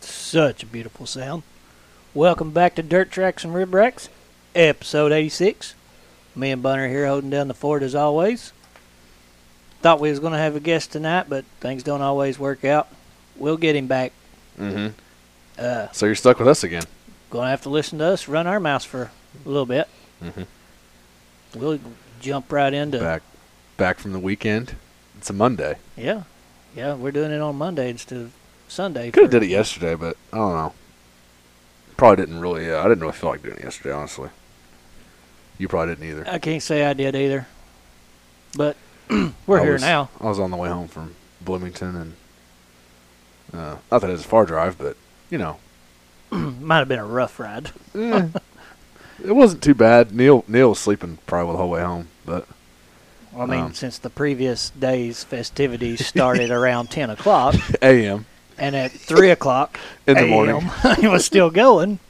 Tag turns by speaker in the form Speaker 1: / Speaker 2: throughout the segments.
Speaker 1: Such a beautiful sound. Welcome back to Dirt Tracks and Rib Racks, episode 86. Me and Bunner here holding down the fort as always. Thought we was going to have a guest tonight, but things don't always work out. We'll get him back.
Speaker 2: hmm
Speaker 1: Uh,
Speaker 2: So you're stuck with us again.
Speaker 1: going to have to listen to us run our mouths for a little bit.
Speaker 2: Mm-hmm.
Speaker 1: We'll jump right into
Speaker 2: Back, back from the weekend. It's a Monday.
Speaker 1: Yeah, yeah. We're doing it on Monday instead of Sunday.
Speaker 2: Could have
Speaker 1: for-
Speaker 2: did it yesterday, but I don't know. Probably didn't really. Uh, I didn't really feel like doing it yesterday, honestly. You probably didn't either.
Speaker 1: I can't say I did either. But we're
Speaker 2: I
Speaker 1: here
Speaker 2: was-
Speaker 1: now.
Speaker 2: I was on the way home from Bloomington, and uh, not that it was a far drive, but you know,
Speaker 1: Might have been a rough ride.
Speaker 2: eh, it wasn't too bad. Neil Neil was sleeping probably the whole way home, but
Speaker 1: I mean,
Speaker 2: Um.
Speaker 1: since the previous day's festivities started around ten o'clock,
Speaker 2: a.m.
Speaker 1: and at three o'clock
Speaker 2: in the
Speaker 1: AM,
Speaker 2: morning.
Speaker 1: it was still going.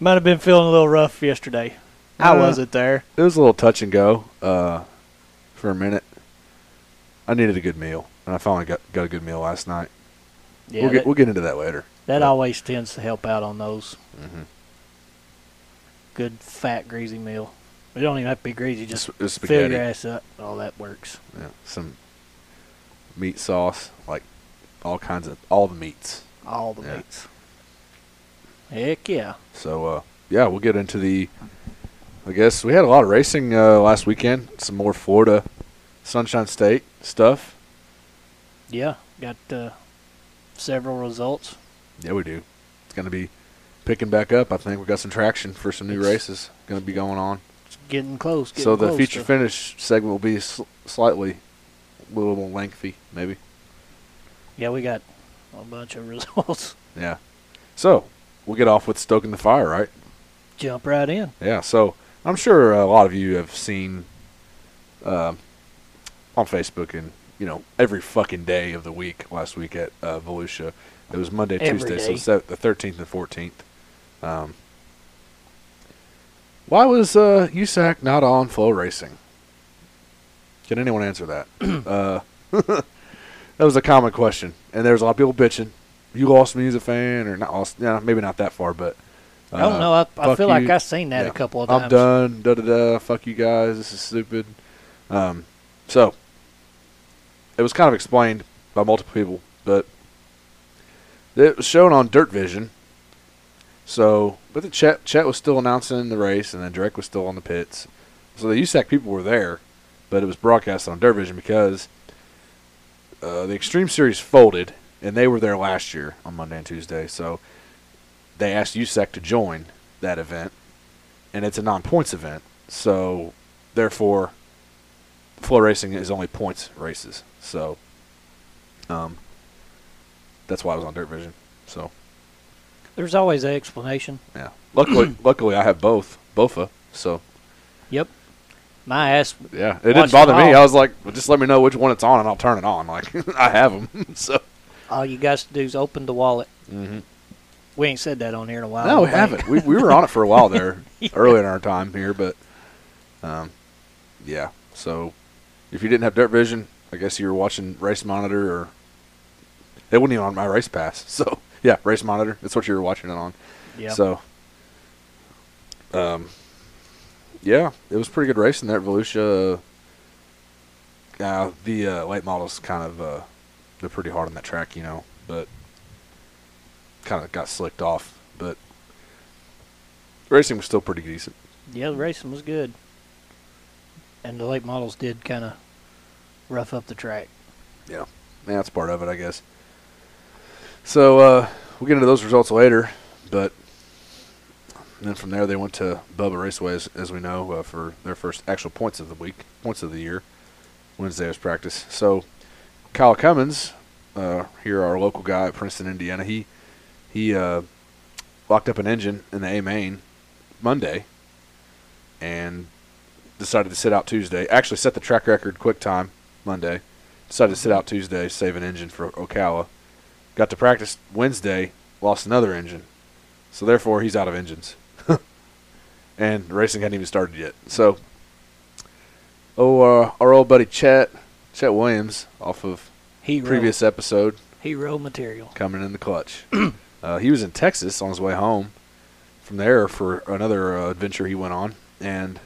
Speaker 1: Might have been feeling a little rough yesterday. I
Speaker 2: Uh.
Speaker 1: wasn't there.
Speaker 2: It was a little touch and go uh, for a minute. I needed a good meal, and I finally got, got a good meal last night.
Speaker 1: Yeah,
Speaker 2: we'll, get,
Speaker 1: that,
Speaker 2: we'll get into that later.
Speaker 1: that always tends to help out on those.
Speaker 2: Mhm.
Speaker 1: Good fat greasy meal. It don't even have to be greasy. Just
Speaker 2: Sp- it's
Speaker 1: fill
Speaker 2: spaghetti.
Speaker 1: your ass up. All that works.
Speaker 2: Yeah, some meat sauce, like all kinds of all the meats.
Speaker 1: All the
Speaker 2: Yeah.
Speaker 1: meats. Heck yeah.
Speaker 2: So uh, yeah, we'll get into the. I guess we had a lot of racing uh, last weekend. Some more Florida, Sunshine State stuff.
Speaker 1: Yeah. Got uh, several results.
Speaker 2: Yeah, we do. It's gonna be picking back up. I think we got some traction for some new
Speaker 1: It's-
Speaker 2: races gonna be going on.
Speaker 1: It's getting close. Getting
Speaker 2: So the
Speaker 1: close
Speaker 2: feature
Speaker 1: to-
Speaker 2: finish segment will be sl- slightly, a little more lengthy, maybe.
Speaker 1: Yeah, we got a bunch of results.
Speaker 2: Yeah. So we'll get off with stoking the fire, right?
Speaker 1: Jump right in.
Speaker 2: Yeah. So I'm sure a lot of you have seen, uh, on Facebook and you know every fucking day of the week last week at uh, Volusia. It was Monday,
Speaker 1: Every
Speaker 2: Tuesday,
Speaker 1: day.
Speaker 2: so se- the 13th and 14th. Um, why was uh, USAC not on Flow Racing? Can anyone answer that? uh, that was a common question, and there was a lot of people bitching. You lost me as a fan, or not lost? Yeah, maybe not that far, but
Speaker 1: I don't
Speaker 2: uh,
Speaker 1: know. I, I
Speaker 2: fuck
Speaker 1: feel like
Speaker 2: you.
Speaker 1: I've seen that
Speaker 2: Yeah.
Speaker 1: a couple of times.
Speaker 2: I'm done. Da da da. Fuck you guys. This is stupid. Um, so it was kind of explained by multiple people, but it was shown on Dirt Vision. So, but the chat chat was still announcing the race, and then Drake was still on the pits. So the USAC people were there, but it was broadcast on Dirt Vision because uh, the Extreme Series folded, and they were there last year on Monday and Tuesday. So they asked USAC to join that event and it's a non-points event, so therefore, flow racing is only points races. So, um, that's why I was on Dirt Vision. So,
Speaker 1: There's always an explanation.
Speaker 2: yeah. Luckily, luckily I have both, bofa. So,
Speaker 1: Yep. My ass.
Speaker 2: yeah, it
Speaker 1: Watch
Speaker 2: didn't bother
Speaker 1: them
Speaker 2: me.
Speaker 1: all.
Speaker 2: I was like, well, just let me know which one it's on, and I'll turn it on. Like, I have them. so,
Speaker 1: All you guys do is open the wallet.
Speaker 2: Mhm.
Speaker 1: We ain't said that on here in a while. I
Speaker 2: no,
Speaker 1: don't
Speaker 2: we
Speaker 1: think.
Speaker 2: haven't. We we were on it for a while there, early in our time here, but, um, yeah. So, if you didn't have Dirt Vision, I guess you were watching Race Monitor or they wouldn't even on my Race Pass. So yeah, Race Monitor. That's what you were watching it on.
Speaker 1: Yeah.
Speaker 2: So, um, yeah, it was pretty good racing there at Volusia. Uh, the uh, late models kind of uh, they're pretty hard on that track, you know, but kind of got slicked off. But racing was still pretty decent.
Speaker 1: Yeah, the racing was good. And the late models did kind of rough up the track.
Speaker 2: Yeah, yeah, that's part of it, I guess. So uh, we'll get into those results later, but then from there they went to Bubba Raceway, as, as we know, uh, for their first actual points of the week, points of the year. Wednesday was practice. So Kyle Cummins, uh, here our local guy at Princeton, Indiana, he he uh, locked up an engine in the A main Monday, and decided to sit out Tuesday. Actually, set the track record quick time Monday. Decided to sit out Tuesday, save an engine for Ocala. Got to practice Wednesday, lost another engine. So therefore, he's out of engines. and racing hadn't even started yet. So, oh, uh, our old buddy Chet, Chet Williams, off of
Speaker 1: He
Speaker 2: previous episode,
Speaker 1: Hero material.
Speaker 2: coming in the clutch. uh, he was in Texas on his way home from there for another uh, adventure he went on, and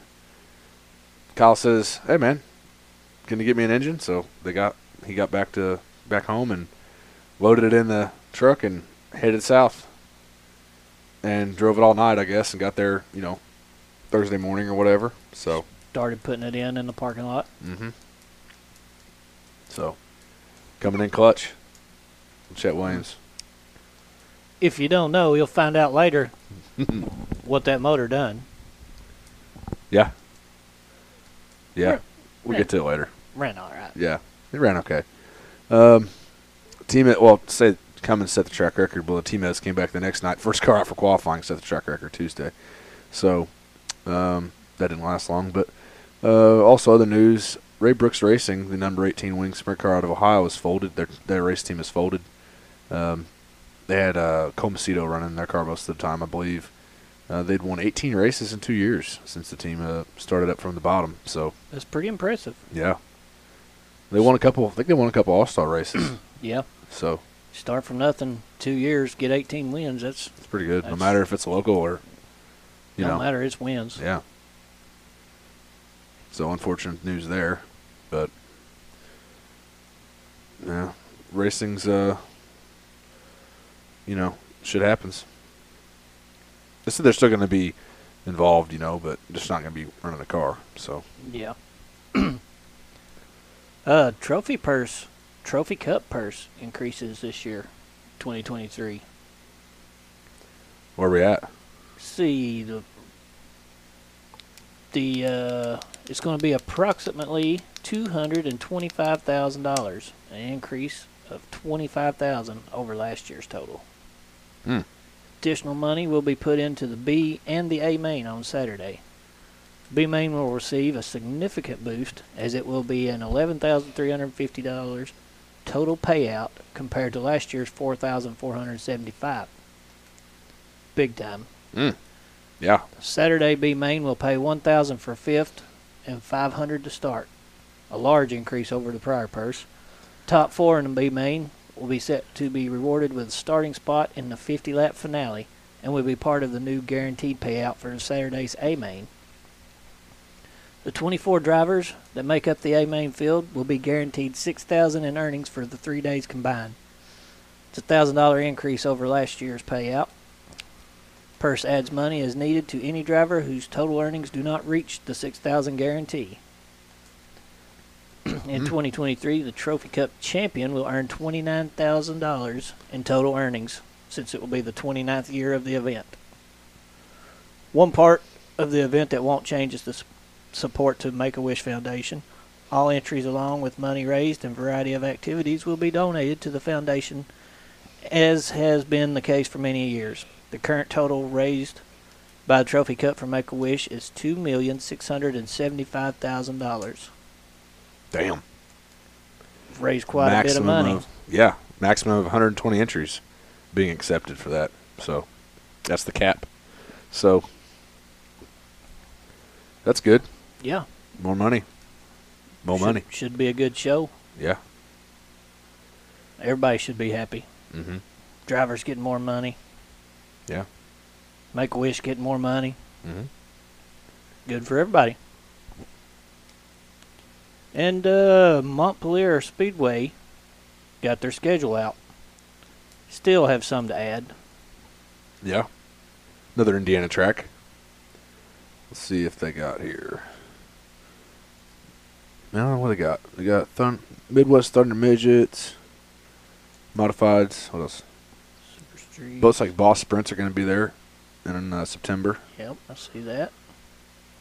Speaker 2: Kyle says, "Hey man, can you get me an engine?" So they got he got back to back home and loaded it in the truck and headed south, and drove it all night, I guess, and got there, you know, Thursday morning or whatever. So,
Speaker 1: Started putting it in in the parking lot.
Speaker 2: hmm so coming in clutch, Chet Williams.
Speaker 1: If you don't know, you'll find out later what that motor done.
Speaker 2: Yeah. Yeah.
Speaker 1: Right.
Speaker 2: We'll
Speaker 1: Yeah.
Speaker 2: get to it later.
Speaker 1: Ran all right.
Speaker 2: Yeah. It ran okay. Um, team, well, say, come and set the track record. Well, the team has came back the next night. First car out for qualifying set the track record Tuesday. So um, that didn't last long. But uh, also, other news Ray Brooks Racing, the number 18 wing sprint car out of Ohio, is folded. Their, their race team is folded. Um, they had uh, Comacito running their car most of the time, I believe. Uh, they'd won 18 races in two years since the team uh, started up from the bottom. So
Speaker 1: That's pretty impressive.
Speaker 2: yeah, they won a couple. I think they won a couple All Star races.
Speaker 1: Yeah.
Speaker 2: so
Speaker 1: Start from nothing, two years, get 18 wins. That's
Speaker 2: it's pretty good.
Speaker 1: That's-
Speaker 2: no matter if it's local or you
Speaker 1: no
Speaker 2: know,
Speaker 1: matter. It's wins.
Speaker 2: yeah. So unfortunate news there, but yeah, racing's uh, you know, shit happens. They said they're still going to be involved, you know, but just not going to be running a car. So
Speaker 1: Yeah. uh, trophy purse, trophy cup purse increases this year, 2023.
Speaker 2: where we at?
Speaker 1: see the the uh, it's going to be approximately two hundred and twenty five thousand dollars, an increase of twenty five thousand over last year's total.
Speaker 2: Hmm.
Speaker 1: Additional money will be put into the B and the A main on Saturday. B main will receive a significant boost as it will be an eleven thousand three hundred fifty dollars total payout compared to last year's four thousand four hundred seventy five. Big time.
Speaker 2: Yeah,
Speaker 1: Saturday B Main will pay 1000 for fifth and 500 to start, a large increase over the prior purse. Top four in the B Main will be set to be rewarded with a starting spot in the 50 lap finale and will be part of the new guaranteed payout for Saturday's A Main. The 24 drivers that make up the A Main field will be guaranteed 6000 in earnings for the three days combined. It's a $1,000 increase over last year's payout. Purse adds money as needed to any driver whose total earnings do not reach the 6,000 guarantee. In 2023, the Trophy Cup champion will earn $29,000 in total earnings since it will be the 29th year of the event. One part of the event that won't change is the s- support to Make a Wish Foundation. All entries, along with money raised and variety of activities, will be donated to the foundation as has been the case for many years. The current total raised by the Trophy Cup for Make a Wish is two million six hundred and seventy-five thousand dollars.
Speaker 2: damn.
Speaker 1: Raised quite a bit of money.
Speaker 2: Of, yeah, maximum of 120 entries being accepted for that. So that's the cap. So that's good.
Speaker 1: yeah,
Speaker 2: More money. More
Speaker 1: should,
Speaker 2: money.
Speaker 1: should be a good show.
Speaker 2: Yeah.
Speaker 1: Everybody should be happy.
Speaker 2: Mm-hmm.
Speaker 1: Drivers getting more money.
Speaker 2: Yeah.
Speaker 1: Make a Wish getting more money.
Speaker 2: Mm-hmm.
Speaker 1: Good for everybody. And uh, Montpelier Speedway got their schedule out. Still have some to add.
Speaker 2: Yeah. Another Indiana track. Let's see if they got here. No, what they got? They got thun- Midwest Thunder Midgets, Modifieds. What else?
Speaker 1: Super Street.
Speaker 2: Boats like Boss Sprints are going to be there in uh, September.
Speaker 1: Yep, I see that.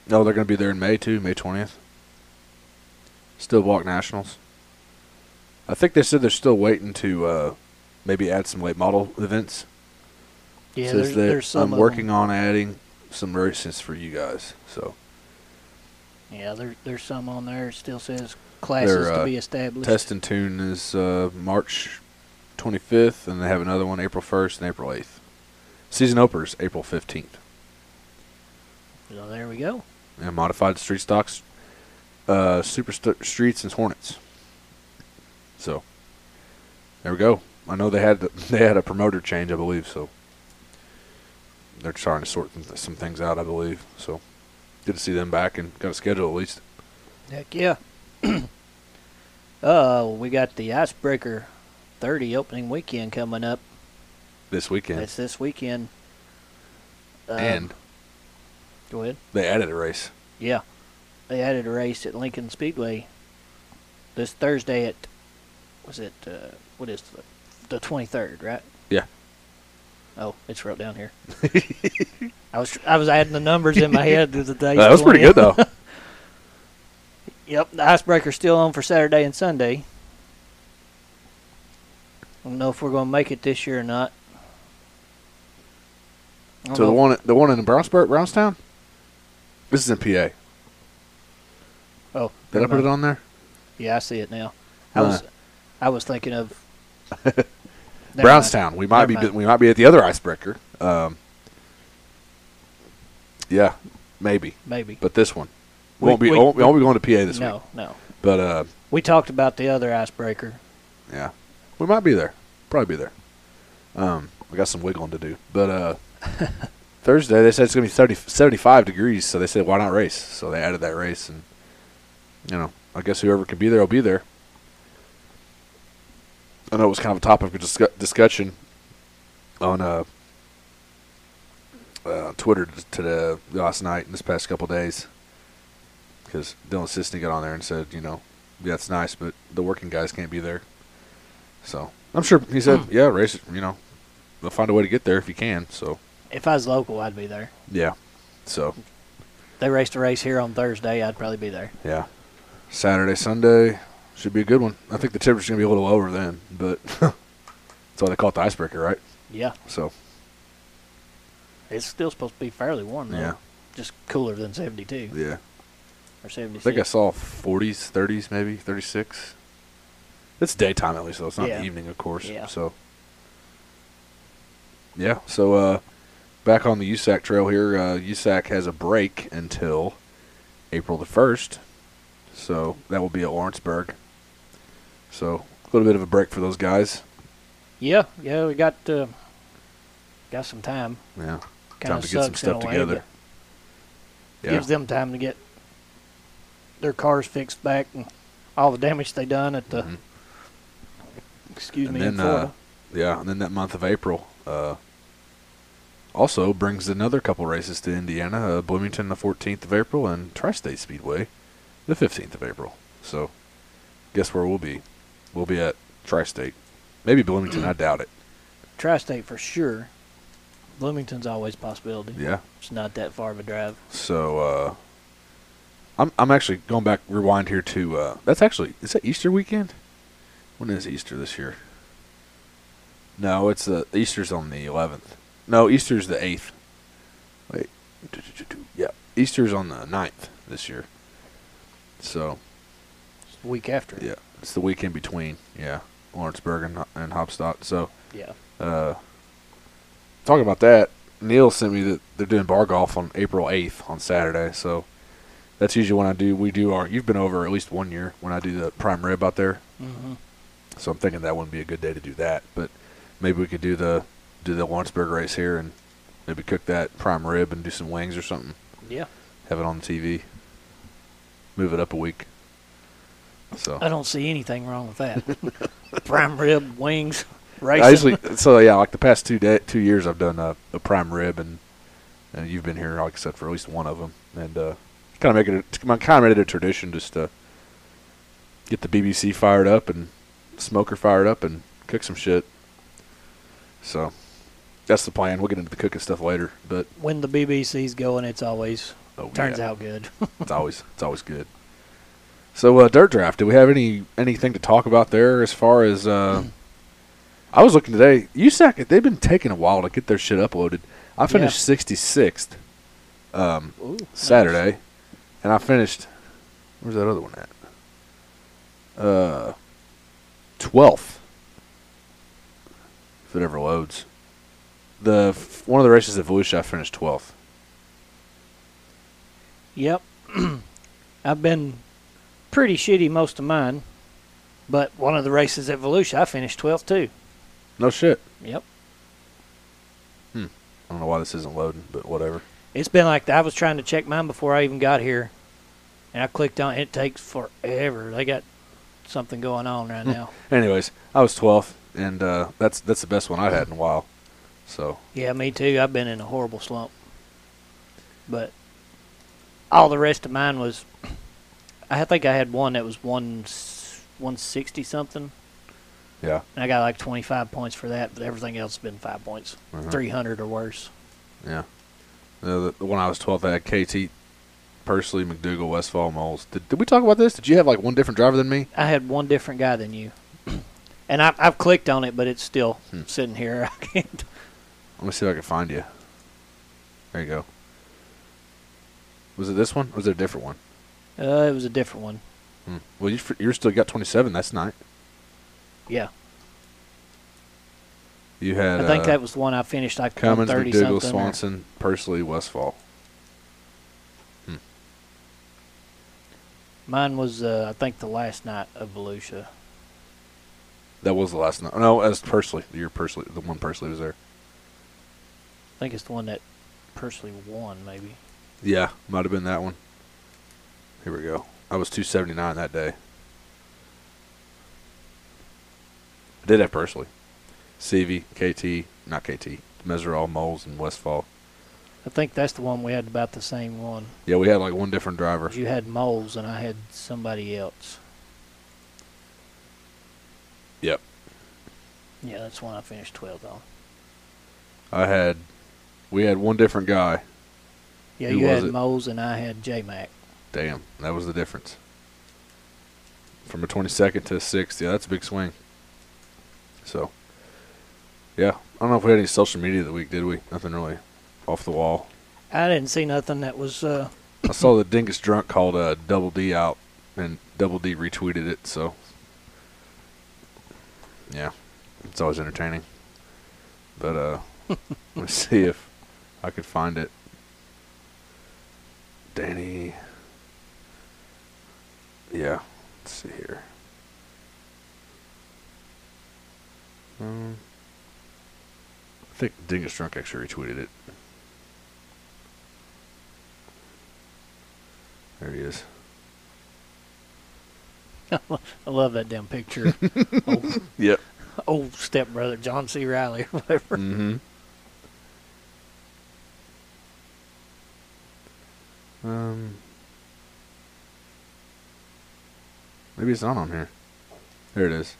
Speaker 2: No, they're going to be there in May too, May twentieth. Still block nationals. I think they said they're still waiting to uh, maybe add some late model events.
Speaker 1: Yeah,
Speaker 2: Says
Speaker 1: there's,
Speaker 2: that
Speaker 1: there's some. uh,
Speaker 2: I'm
Speaker 1: of
Speaker 2: working
Speaker 1: them.
Speaker 2: on adding some races for you guys. So
Speaker 1: Yeah, there, there's some on there. It still says classes
Speaker 2: They're,
Speaker 1: to
Speaker 2: uh,
Speaker 1: be established.
Speaker 2: test and tune is uh, March twenty fifth, and they have another one April first and April eighth. Season openers April fifteenth,
Speaker 1: So there we go.
Speaker 2: and modified street stocks, uh, super st- streets and Hornets. So there we go. I know they had they had a promoter change, I believe. So they're trying to sort th- some things out, I believe. So good to see them back and got a schedule at least.
Speaker 1: Heck yeah. uh, we got the Icebreaker 30 opening weekend coming up.
Speaker 2: This weekend,
Speaker 1: It's this weekend. Um,
Speaker 2: and
Speaker 1: go ahead.
Speaker 2: they added a race.
Speaker 1: Yeah, they added a race at Lincoln Speedway this Thursday at was it uh, what is the the twenty third, right?
Speaker 2: Yeah.
Speaker 1: Oh, it's wrote down here. I was I was adding the numbers in my head to the days.
Speaker 2: that was pretty
Speaker 1: going
Speaker 2: good though.
Speaker 1: in. Yep, the icebreaker's still on for Saturday and Sunday. I don't know if we're going to make it this year or not. I don't
Speaker 2: so the
Speaker 1: know.
Speaker 2: one the one in Brownsburg, Brownstown. This is in PA.
Speaker 1: Oh,
Speaker 2: Did I put it on there?
Speaker 1: Yeah, I see it now. I
Speaker 2: Uh.
Speaker 1: was I was thinking of Never mind.
Speaker 2: Brownstown. We might
Speaker 1: Never
Speaker 2: be
Speaker 1: mind.
Speaker 2: we might be at the other icebreaker. Um, yeah, maybe.
Speaker 1: Maybe.
Speaker 2: But this one
Speaker 1: We-
Speaker 2: won't be
Speaker 1: we-
Speaker 2: won't, won't be going to PA this
Speaker 1: no,
Speaker 2: week.
Speaker 1: no.
Speaker 2: But uh,
Speaker 1: We talked about the other icebreaker.
Speaker 2: yeah, we might be there. Probably be there. Um, we got some wiggling to do. But uh, Thursday they said it's going to be 30, 75 degrees, so they said why not race? So they added that race, and you know I guess whoever can be there will be there. I know it was kind of a topic of discu- discussion on uh, uh, Twitter t- today, last night and this past couple days because Dylan Sisney got on there and said, you know, yeah, it's nice, but the working guys can't be there. So I'm sure he said, yeah, race, it, you know, they'll find a way to get there if you can. So
Speaker 1: If I was local, I'd be there.
Speaker 2: yeah, so
Speaker 1: They raced a race here on Thursday. I'd probably be there.
Speaker 2: yeah, Saturday, Sunday should be a good one. I think the temperature's gonna be a little lower then, but that's why they call it the icebreaker, right?
Speaker 1: Yeah,
Speaker 2: So
Speaker 1: it's still supposed to be fairly warm though.
Speaker 2: Yeah.
Speaker 1: Just cooler than 72
Speaker 2: yeah,
Speaker 1: or
Speaker 2: I
Speaker 1: 76.
Speaker 2: think I saw 40s, 30s, maybe 36. It's daytime at least, though. It's not
Speaker 1: Yeah.
Speaker 2: the evening, of course.
Speaker 1: Yeah.
Speaker 2: So, yeah. So, uh, back on the USAC trail here. Uh, USAC has a break until April the first, so that will be at Lawrenceburg. So a little bit of a break for those guys.
Speaker 1: yeah, yeah, we got uh, got some time.
Speaker 2: Yeah.
Speaker 1: Kind
Speaker 2: time
Speaker 1: of
Speaker 2: to get some
Speaker 1: sucks in a
Speaker 2: stuff
Speaker 1: way,
Speaker 2: together.
Speaker 1: but
Speaker 2: Yeah.
Speaker 1: Gives them time to get their cars fixed back and all the damage they done at the
Speaker 2: Mhm.
Speaker 1: excuse
Speaker 2: And
Speaker 1: me in
Speaker 2: then,
Speaker 1: Florida.
Speaker 2: uh, Yeah, and then that month of April uh, also brings another couple races to Indiana: uh, Bloomington the 14th of April and Tri-State Speedway the 15th of April. So, guess where we'll be? We'll be at Tri-State, maybe Bloomington. I doubt it.
Speaker 1: Tri-state for sure. Bloomington's always a possibility.
Speaker 2: Yeah.
Speaker 1: It's not that far of a drive.
Speaker 2: So, uh, I'm I'm actually going back rewind here to uh, that's actually is that Easter weekend? When is Easter this year? No, it's the Easter's on the 11th. No, Easter's the 8th. Wait, yeah, Easter's on the 9th this year. So
Speaker 1: It's the week after.
Speaker 2: yeah, it's the week in between. Yeah, Lawrenceburg and and Hopstock. So
Speaker 1: Yeah.
Speaker 2: uh, talking about that, Neil sent me that they're doing bar golf on April eighth on Saturday. So that's usually when I do. We do our. You've been over at least one year when I do the prime rib out there.
Speaker 1: hmm
Speaker 2: So I'm thinking that wouldn't be a good day to do that. But maybe we could do the do the Lawrenceburg race here and maybe cook that prime rib and do some wings or something.
Speaker 1: Yeah.
Speaker 2: Have it on the TV. Move it up a week. So
Speaker 1: I don't see anything wrong with that. Prime rib, wings, racing.
Speaker 2: I usually so yeah, like the past two day, two years, I've done a, a prime rib, and and you've been here, like I said, for at least one of them, and uh, kind of make it, a- kind of made it a tradition just to get the BBC fired up and smoker fired up and cook some shit. So that's the plan. We'll get into the cooking stuff later, but
Speaker 1: when the BBC's going, it's always
Speaker 2: oh,
Speaker 1: turns
Speaker 2: yeah.
Speaker 1: out good.
Speaker 2: It's always it's always good. So uh, dirt draft. Do we have any anything to talk about there as far as? Uh, I was looking today. USAC they've been taking a while to get their shit uploaded. I finished sixty sixth um,
Speaker 1: Ooh,
Speaker 2: Saturday, and I finished. Where's that other one at? Uh, twelfth. If it ever loads, the f- one of the races at Volusia, I finished twelfth.
Speaker 1: Yep. I've been pretty shitty most of mine, but one of the races at Volusia, I finished 12th too.
Speaker 2: No shit.
Speaker 1: Yep.
Speaker 2: I don't know why this isn't loading, but whatever.
Speaker 1: It's been like that. I was trying to check mine before I even got here, and I clicked on. It takes forever. They got something going on right now.
Speaker 2: Anyways, I was 12th, and uh, that's that's the best one I've had in a while. So
Speaker 1: Yeah, me too. I've been in a horrible slump. But all the rest of mine was I think I had one that was one one sixty something.
Speaker 2: yeah,
Speaker 1: And I got like twenty five points for that, but everything else has been five points.
Speaker 2: Mhm.
Speaker 1: hundred or worse.
Speaker 2: yeah. The, the, the one I was 12th, I had KT, Persley, McDougal, Westfall, Moles. Did, did we talk about this? Did you have like one different driver than me?
Speaker 1: I had one different guy than you. And I, I've clicked on it, but it's still
Speaker 2: Hmm.
Speaker 1: sitting here. I can't.
Speaker 2: Let me see if I can find you. There you go. Was it this one? Or was it a different one?
Speaker 1: Uh, it was a different one.
Speaker 2: Hmm. Well, you fr- you're still got 27. That's night.
Speaker 1: Yeah,
Speaker 2: You had
Speaker 1: I think
Speaker 2: uh,
Speaker 1: that was the one I finished like
Speaker 2: Cummins,
Speaker 1: thirty
Speaker 2: McDougal,
Speaker 1: something. or-
Speaker 2: Swanson, Persley, Westfall.
Speaker 1: Mine was uh, I think the last night of Volusia.
Speaker 2: That was the last night. No, as Persley. Your Persley, the one Persley was there.
Speaker 1: I think it's the one that personally won, maybe.
Speaker 2: Yeah, might have been that one. Here we go. I was 279 that day. I did have Persley. CV, KT, not KT, Meserol, Moles, and Westfall.
Speaker 1: I think that's the one we had about the same one.
Speaker 2: Yeah, we had like one different driver.
Speaker 1: You had moles and I had somebody else.
Speaker 2: Yep.
Speaker 1: Yeah, that's one I finished 12th on.
Speaker 2: I had, we had one different guy.
Speaker 1: Yeah,
Speaker 2: Who
Speaker 1: you
Speaker 2: was
Speaker 1: had
Speaker 2: it?
Speaker 1: moles and I had J Mac.
Speaker 2: Damn, that was the difference. From a 22nd to a 6th, yeah, that's a big swing. So, yeah, I don't know if we had any social media that week, did we? Nothing really off the wall.
Speaker 1: I didn't see nothing that was. Uh,
Speaker 2: I saw the Dingus Drunk called uh, Double D out, and Double D retweeted it. So, yeah, it's always entertaining. But uh, let's see if I could find it. Danny. Yeah, let's see here. Um, I think Dingus Drunk actually retweeted it. There he is.
Speaker 1: I love that damn picture. old,
Speaker 2: Yep.
Speaker 1: old stepbrother, John C. Riley, or whatever.
Speaker 2: Mm-hmm. Um, maybe it's not on here. There it is.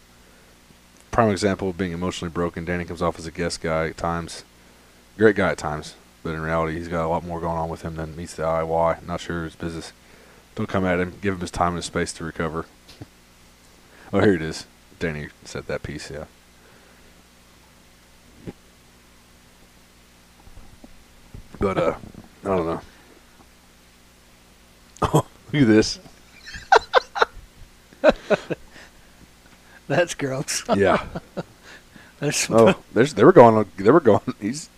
Speaker 2: Prime example of being emotionally broken. Danny comes off as a guest guy at times. Great guy at times, but in reality, he's got a lot more going on with him than meets the eye. Why? Not sure his business. Don't come at him. Give him his time and his space to recover. oh, here it is. Danny said that piece. Yeah. But uh, I don't know. Oh, look at this.
Speaker 1: That's gross.
Speaker 2: Yeah.
Speaker 1: There's some-
Speaker 2: Oh, there's they were going. on- They were going. He's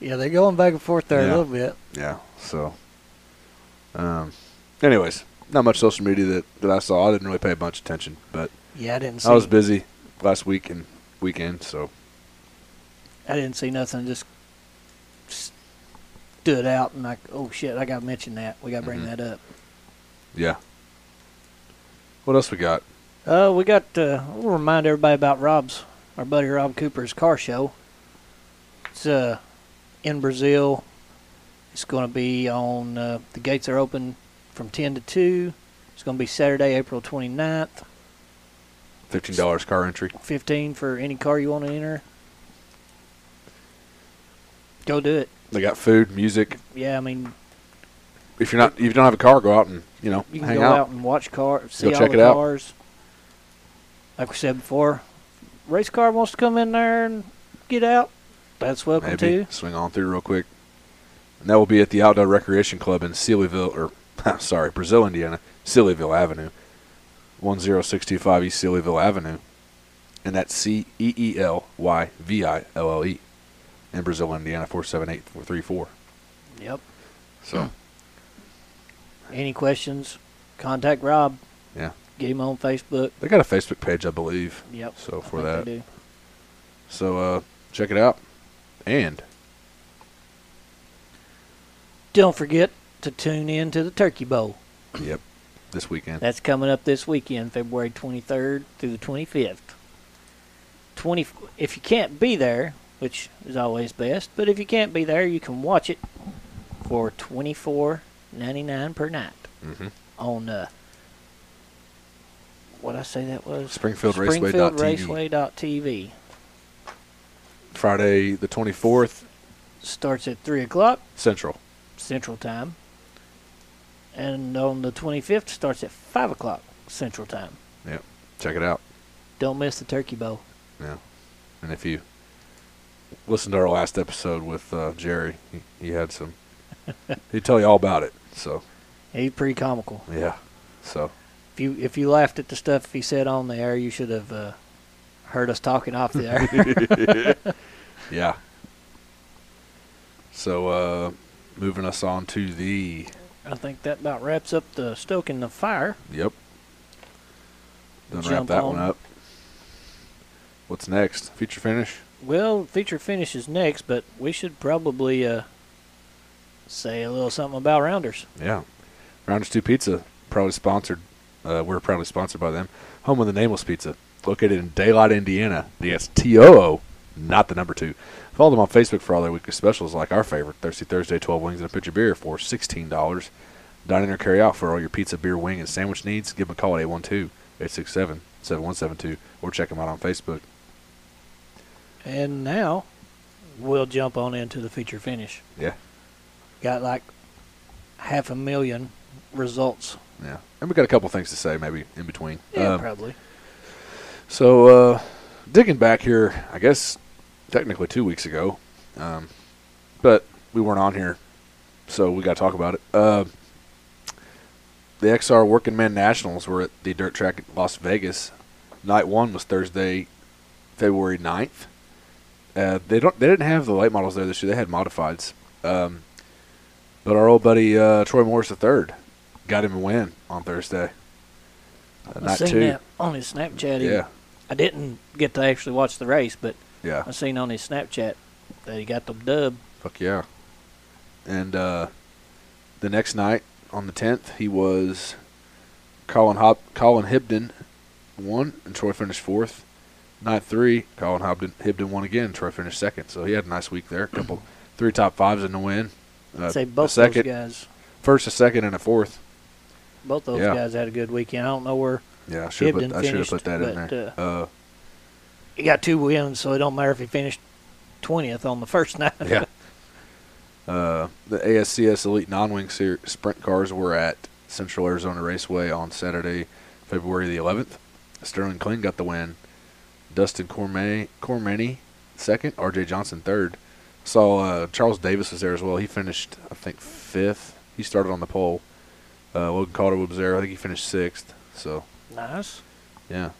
Speaker 1: Yeah, they're going back and forth there
Speaker 2: Yeah.
Speaker 1: a little bit.
Speaker 2: yeah. So, um, anyways, not much social media that that I saw. I didn't really pay a bunch of attention, but
Speaker 1: Yeah, I didn't see.
Speaker 2: I was busy last week and weekend. So
Speaker 1: I didn't see nothing. Just stood out and like, oh shit, I got to mention that. We got to bring
Speaker 2: Mhm.
Speaker 1: that up.
Speaker 2: yeah. What else we got?
Speaker 1: Uh, we got. Uh, we'll remind everybody about Rob's, our buddy Rob Cooper's car show. It's uh, in Brazil. It's going to be on. Uh, the gates are open from ten to two. It's going to be Saturday, April 29th.
Speaker 2: Fifteen dollars car entry.
Speaker 1: 15 for any car you want to enter. Go do it.
Speaker 2: They got food, music.
Speaker 1: Yeah, I mean,
Speaker 2: If you're not, if you don't have a car, go out and you know
Speaker 1: You can
Speaker 2: hang
Speaker 1: go
Speaker 2: out.
Speaker 1: out. and watch cars, see all
Speaker 2: check
Speaker 1: the
Speaker 2: it out.
Speaker 1: cars. Like we said before, race car wants to come in there and get out. That's welcome
Speaker 2: Maybe
Speaker 1: too.
Speaker 2: swing on through real quick. And that will be at the Outdoor Recreation Club in Sealyville, or sorry, Brazil, Indiana, Sealyville Avenue, one zero six two five East Sealyville Avenue, and that's C E E L Y V I L L E, in Brazil, Indiana four seven eight four three four.
Speaker 1: Yep.
Speaker 2: So
Speaker 1: Any questions? Contact Rob.
Speaker 2: yeah,
Speaker 1: Get him on Facebook.
Speaker 2: they got a Facebook page, I believe.
Speaker 1: Yep.
Speaker 2: So
Speaker 1: I
Speaker 2: for
Speaker 1: think
Speaker 2: that,
Speaker 1: they do.
Speaker 2: So uh, check it out. And
Speaker 1: Don't forget to tune in to the Turkey Bowl.
Speaker 2: yep, this weekend.
Speaker 1: That's coming up this weekend, February 23rd through the 25th. 20 if you can't be there, which is always best, but if you can't be there, you can watch it for 24.99 per night
Speaker 2: Mhm.
Speaker 1: on uh what I say that was
Speaker 2: SpringfieldRaceway.tv.
Speaker 1: SpringfieldRaceway.tv.
Speaker 2: Friday the 24th
Speaker 1: Starts at 3 o'clock
Speaker 2: Central.
Speaker 1: Central Time. And on the 25th, starts at 5 o'clock Central Time.
Speaker 2: Yep, check it out.
Speaker 1: Don't miss the Turkey Bowl.
Speaker 2: Yeah, and if you listen to our last episode with uh, Jerry, he, he had some. he'd tell you all about it. So
Speaker 1: He's pretty comical.
Speaker 2: yeah, so
Speaker 1: If you if you laughed at the stuff he said on the air, you should have uh, heard us talking off the air.
Speaker 2: yeah. So uh, moving us on to the
Speaker 1: I think that about wraps up the stoking the fire.
Speaker 2: yep. Done wrap
Speaker 1: Jump
Speaker 2: that
Speaker 1: on.
Speaker 2: one up. What's next? Feature finish.
Speaker 1: Well, feature finish is next, but we should probably uh, say a little something about rounders.
Speaker 2: Yeah. Rounders 2 Pizza, proudly sponsored. Uh, we're proudly sponsored by them. Home of the Nameless Pizza, located in Daylight, Indiana. Yes, T O O, not the number two. Follow them on Facebook for all their weekly specials, like our favorite Thirsty Thursday 12 wings and a pitcher of beer for $16. Dine in or carry out for all your pizza, beer, wing, and sandwich needs. Give them a call at 812 867 7172 or check them out on Facebook.
Speaker 1: And now we'll jump on into the feature finish.
Speaker 2: Yeah.
Speaker 1: Got like half a million results.
Speaker 2: Yeah. And we got a couple things to say maybe in between.
Speaker 1: Yeah,
Speaker 2: Um,
Speaker 1: probably.
Speaker 2: So, uh, digging back here, I guess technically two weeks ago, um, but we weren't on here, so we got to talk about it. Uh, the XR Working Man Nationals were at the dirt track at Las Vegas. Night one was Thursday, February 9th. Uh, they don't. They didn't have the late models there this year. They had modifieds. Um, but our old buddy uh, Troy Morris III got him a win on Thursday. Uh,
Speaker 1: I
Speaker 2: night
Speaker 1: seen
Speaker 2: two.
Speaker 1: that on his Snapchat. He-
Speaker 2: Yeah.
Speaker 1: I didn't get to actually watch the race, but
Speaker 2: Yeah.
Speaker 1: I seen on his Snapchat that he got the dub.
Speaker 2: Fuck yeah. And uh, the next night on the tenth, he was Colin Hop Colin Hibden won and Troy finished fourth. Night three, Colin Hobden, Hibden won again. Troy finished second, so he had a nice week there. couple, three top fives in the win. Uh,
Speaker 1: I'd say
Speaker 2: a
Speaker 1: both those
Speaker 2: second,
Speaker 1: guys,
Speaker 2: first, a second, and a fourth.
Speaker 1: both those
Speaker 2: Yeah.
Speaker 1: guys had a good weekend. I don't know where
Speaker 2: Yeah, I should
Speaker 1: Hibden
Speaker 2: put, I should have
Speaker 1: finished,
Speaker 2: put that in
Speaker 1: but,
Speaker 2: there. Uh,
Speaker 1: he got two wins, so it don't matter if he finished twentieth on the first night.
Speaker 2: yeah. Uh, the ASCS Elite Non-Wing ser- Sprint Cars were at Central Arizona Raceway on Saturday, February the 11th. Sterling Kling got the win. Dustin Cormay, Cormany second. R.J. Johnson third. Saw uh, Charles Davis was there as well. He finished, I think, fifth. He started on the pole. Uh, Logan Calderwood was there. I think he finished sixth. So
Speaker 1: nice.
Speaker 2: yeah,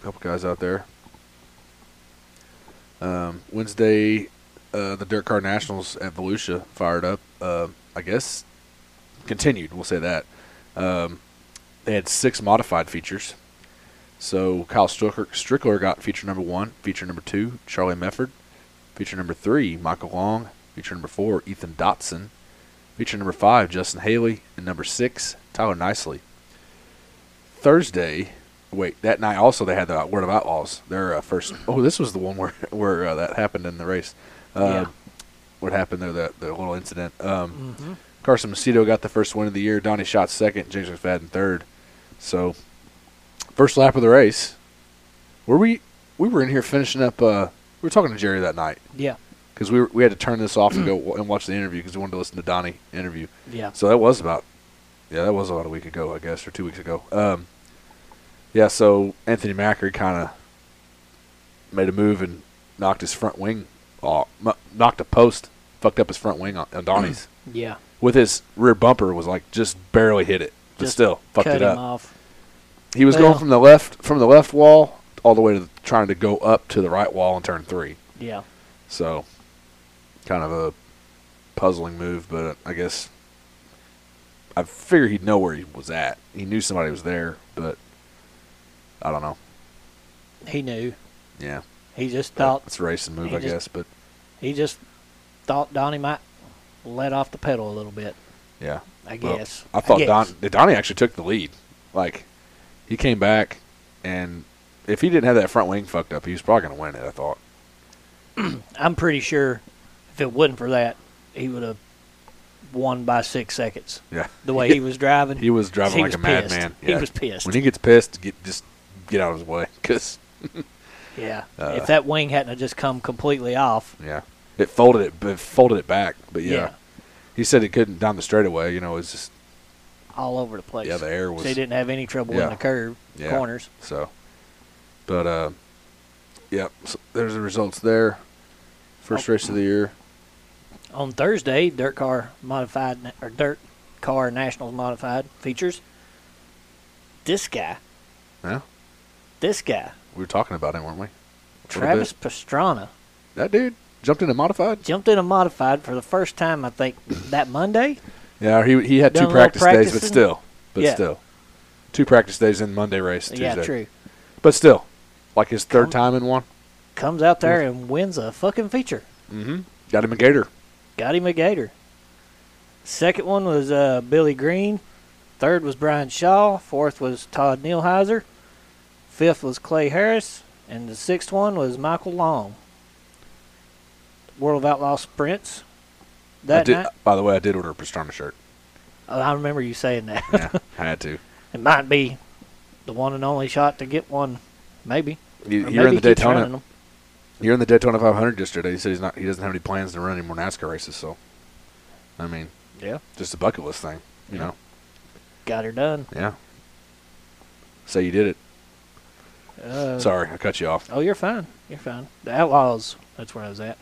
Speaker 2: a couple guys out there. Um, Wednesday, uh, the Dirt Car Nationals at Volusia fired up. Uh, I guess continued. We'll say that. Um, they had six modified features. So Kyle Strickler, Strickler got feature number one, feature number two, Charlie Mefford, feature number three, Michael Long, feature number four, Ethan Dotson, feature number five, Justin Haley, and number six, Tyler Nicely. Thursday, wait, that night also they had the Word of Outlaws. Their uh, first. Oh, this was the one where where uh, that happened in the race. Uh,
Speaker 1: Yeah.
Speaker 2: What happened there? That the little incident. Um,
Speaker 1: Mm-hmm.
Speaker 2: Carson Macedo got the first win of the year. Donnie shot second. James McFadden third. So, first lap of the race, were we we were in here finishing up. Uh, we were talking to Jerry that night
Speaker 1: Yeah,
Speaker 2: because we were, we had to turn this off and go w- and watch the interview because we wanted to listen to Donnie interview.
Speaker 1: yeah.
Speaker 2: So that was about yeah, that was about a week ago, I guess, or two weeks ago. Um, yeah. So Anthony Macri kind of made a move and knocked his front wing off, mu- knocked a post, fucked up his front wing on, on Donnie's
Speaker 1: Yeah.
Speaker 2: with his rear bumper was like just barely hit it, but
Speaker 1: Just
Speaker 2: still fucked
Speaker 1: Cut
Speaker 2: it
Speaker 1: him
Speaker 2: up.
Speaker 1: off.
Speaker 2: He was
Speaker 1: Well-
Speaker 2: going from the left from the left wall all the way to the, trying to go up to the right wall and turn three.
Speaker 1: Yeah.
Speaker 2: So, kind of a puzzling move, but I guess I figure he'd know where he was at. He knew somebody was there, but I don't know.
Speaker 1: He knew.
Speaker 2: Yeah,
Speaker 1: He just thought
Speaker 2: It's a racing move,
Speaker 1: he
Speaker 2: I
Speaker 1: just-
Speaker 2: guess. But
Speaker 1: he just thought Donnie might let off the pedal a little bit.
Speaker 2: yeah,
Speaker 1: I
Speaker 2: Well,
Speaker 1: guess.
Speaker 2: I thought
Speaker 1: guess.
Speaker 2: Don Donnie actually took the lead. Like he came back, and if he didn't have that front wing fucked up, he was probably going to win it. I thought.
Speaker 1: I'm pretty sure if it wasn't for that, he would have won by six seconds.
Speaker 2: Yeah,
Speaker 1: The way he was driving,
Speaker 2: he was driving
Speaker 1: he
Speaker 2: like
Speaker 1: was
Speaker 2: a
Speaker 1: pissed.
Speaker 2: madman.
Speaker 1: He
Speaker 2: Yeah.
Speaker 1: was pissed.
Speaker 2: When he gets pissed, get just get out of his way, cause
Speaker 1: yeah.
Speaker 2: Uh,
Speaker 1: if that wing hadn't have just come completely off,
Speaker 2: yeah, it folded it, it folded it back. But yeah,
Speaker 1: Yeah.
Speaker 2: he said it couldn't down the straightaway. You know, it's just
Speaker 1: all over the place.
Speaker 2: yeah, the air was
Speaker 1: so he didn't have any trouble
Speaker 2: Yeah.
Speaker 1: in the curve
Speaker 2: Yeah.
Speaker 1: corners.
Speaker 2: So, but uh, yep. So there's the results there. First race of the year.
Speaker 1: On Thursday, dirt car modified or dirt car nationals modified features. This guy,
Speaker 2: Yeah,
Speaker 1: this guy,
Speaker 2: we were talking about him, weren't we? A little
Speaker 1: Travis
Speaker 2: bit.
Speaker 1: Pastrana,
Speaker 2: That dude jumped into modified.
Speaker 1: jumped in a modified for the first time. I think that Monday.
Speaker 2: Yeah, he he had
Speaker 1: Done a
Speaker 2: two
Speaker 1: little
Speaker 2: practice days, but
Speaker 1: practicing?
Speaker 2: still, but
Speaker 1: Yeah.
Speaker 2: still, two practice days in Monday race. Tuesday.
Speaker 1: Yeah, true.
Speaker 2: But still, like his third
Speaker 1: Come-
Speaker 2: time in one.
Speaker 1: Comes out there and wins a fucking feature.
Speaker 2: Mm-hmm. Got him a gator.
Speaker 1: Got him a gator. Second one was uh, Billy Green. Third was Brian Shaw. Fourth was Todd Neilheiser. Fifth was Clay Harris. And the sixth one was Michael Long. World of Outlaw Sprints.
Speaker 2: I
Speaker 1: That
Speaker 2: did,
Speaker 1: night.
Speaker 2: by the way, I did order a Pastrana shirt.
Speaker 1: Oh, I remember you saying that.
Speaker 2: Yeah, I had to.
Speaker 1: it might be the one and only shot to get one. Maybe.
Speaker 2: You,
Speaker 1: Or
Speaker 2: you're in
Speaker 1: maybe
Speaker 2: the
Speaker 1: he keeps
Speaker 2: Daytona.
Speaker 1: running 'em.
Speaker 2: You're in the Daytona 500 yesterday. He said he's not. He doesn't have any plans to run any more NASCAR races. So, I mean,
Speaker 1: Yeah.
Speaker 2: just a bucket list thing, you
Speaker 1: Yeah.
Speaker 2: know.
Speaker 1: Got her done.
Speaker 2: Yeah. Say you did it.
Speaker 1: Uh,
Speaker 2: Sorry, I cut you off.
Speaker 1: Oh, you're fine. You're fine. The Outlaws, that's where I was at.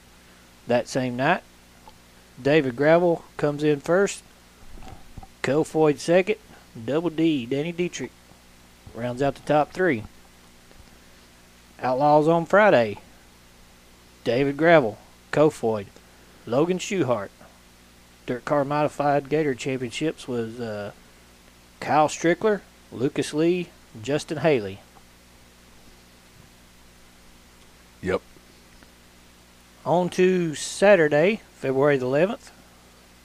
Speaker 1: That same night, David Gravel comes in first, Kofoid second, Double D, Danny Dietrich rounds out the top three. Outlaws on Friday, David Gravel, Kofoid, Logan Schuhart. Dirt Car Modified Gator Championships was uh, Kyle Strickler, Lucas Lee, Justin Haley.
Speaker 2: Yep.
Speaker 1: On to Saturday, February the 11th.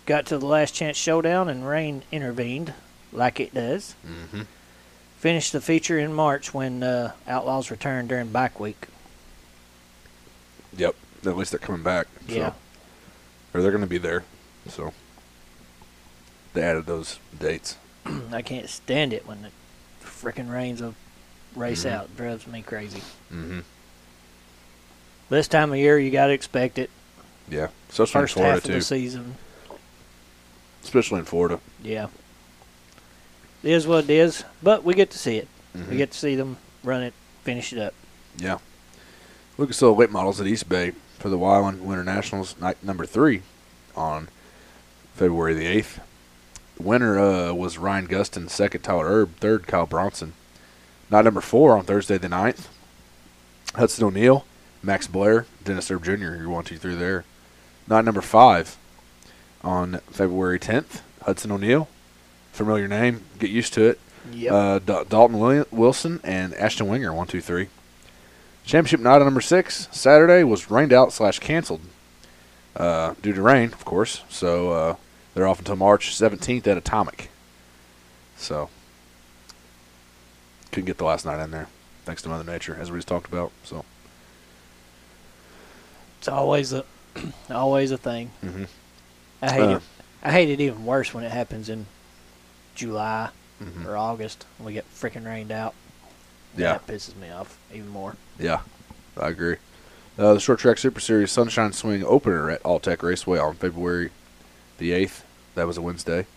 Speaker 1: Got to the last chance showdown and rain intervened, like it does.
Speaker 2: Mm-hmm.
Speaker 1: Finished the feature in March when uh, Outlaws returned during bike week.
Speaker 2: Yep. At least they're coming back. so-
Speaker 1: Yeah.
Speaker 2: Or they're going to be there. So they added those dates.
Speaker 1: I can't stand it when the frickin' rains of race
Speaker 2: Mhm.
Speaker 1: out. Drives me crazy.
Speaker 2: Mm-hmm.
Speaker 1: This time of year, you got to expect it.
Speaker 2: Yeah. Especially
Speaker 1: First
Speaker 2: in Florida
Speaker 1: half of
Speaker 2: too.
Speaker 1: the season.
Speaker 2: Especially in Florida.
Speaker 1: Yeah. It is what it is, but we get to see it.
Speaker 2: Mhm.
Speaker 1: We get to see them run it, finish it up.
Speaker 2: Yeah. Lucas Oil late models at East Bay for the Wyland Winter Nationals night number three on February the eighth. The winner uh, was Ryan Gustin, second Tyler Erb, third Kyle Bronson. Night number four on Thursday the 9th, Hudson O'Neill, Max Blair, Dennis Erb Jr. Your one, two, three there. Night number five on February tenth, Hudson O'Neill, familiar name, get used to it.
Speaker 1: Yep.
Speaker 2: Uh, Da- Dalton William- Wilson and Ashton Winger, one, two, three. Championship night on number six Saturday was rained out slash canceled uh, due to rain, of course. So uh, they're off until March 17th at Atomic. So couldn't get the last night in there, thanks to Mother Nature, as we just talked about. So
Speaker 1: It's always a always a thing.
Speaker 2: Mhm.
Speaker 1: I hate
Speaker 2: Uh,
Speaker 1: it. I hate it even worse when it happens in July
Speaker 2: Mhm.
Speaker 1: or August. and We get freaking rained out.
Speaker 2: yeah,
Speaker 1: that pisses me off even more.
Speaker 2: yeah, I agree. Uh, the short track Super Series Sunshine Swing opener at Alltech Raceway on February the 8th. That was a Wednesday.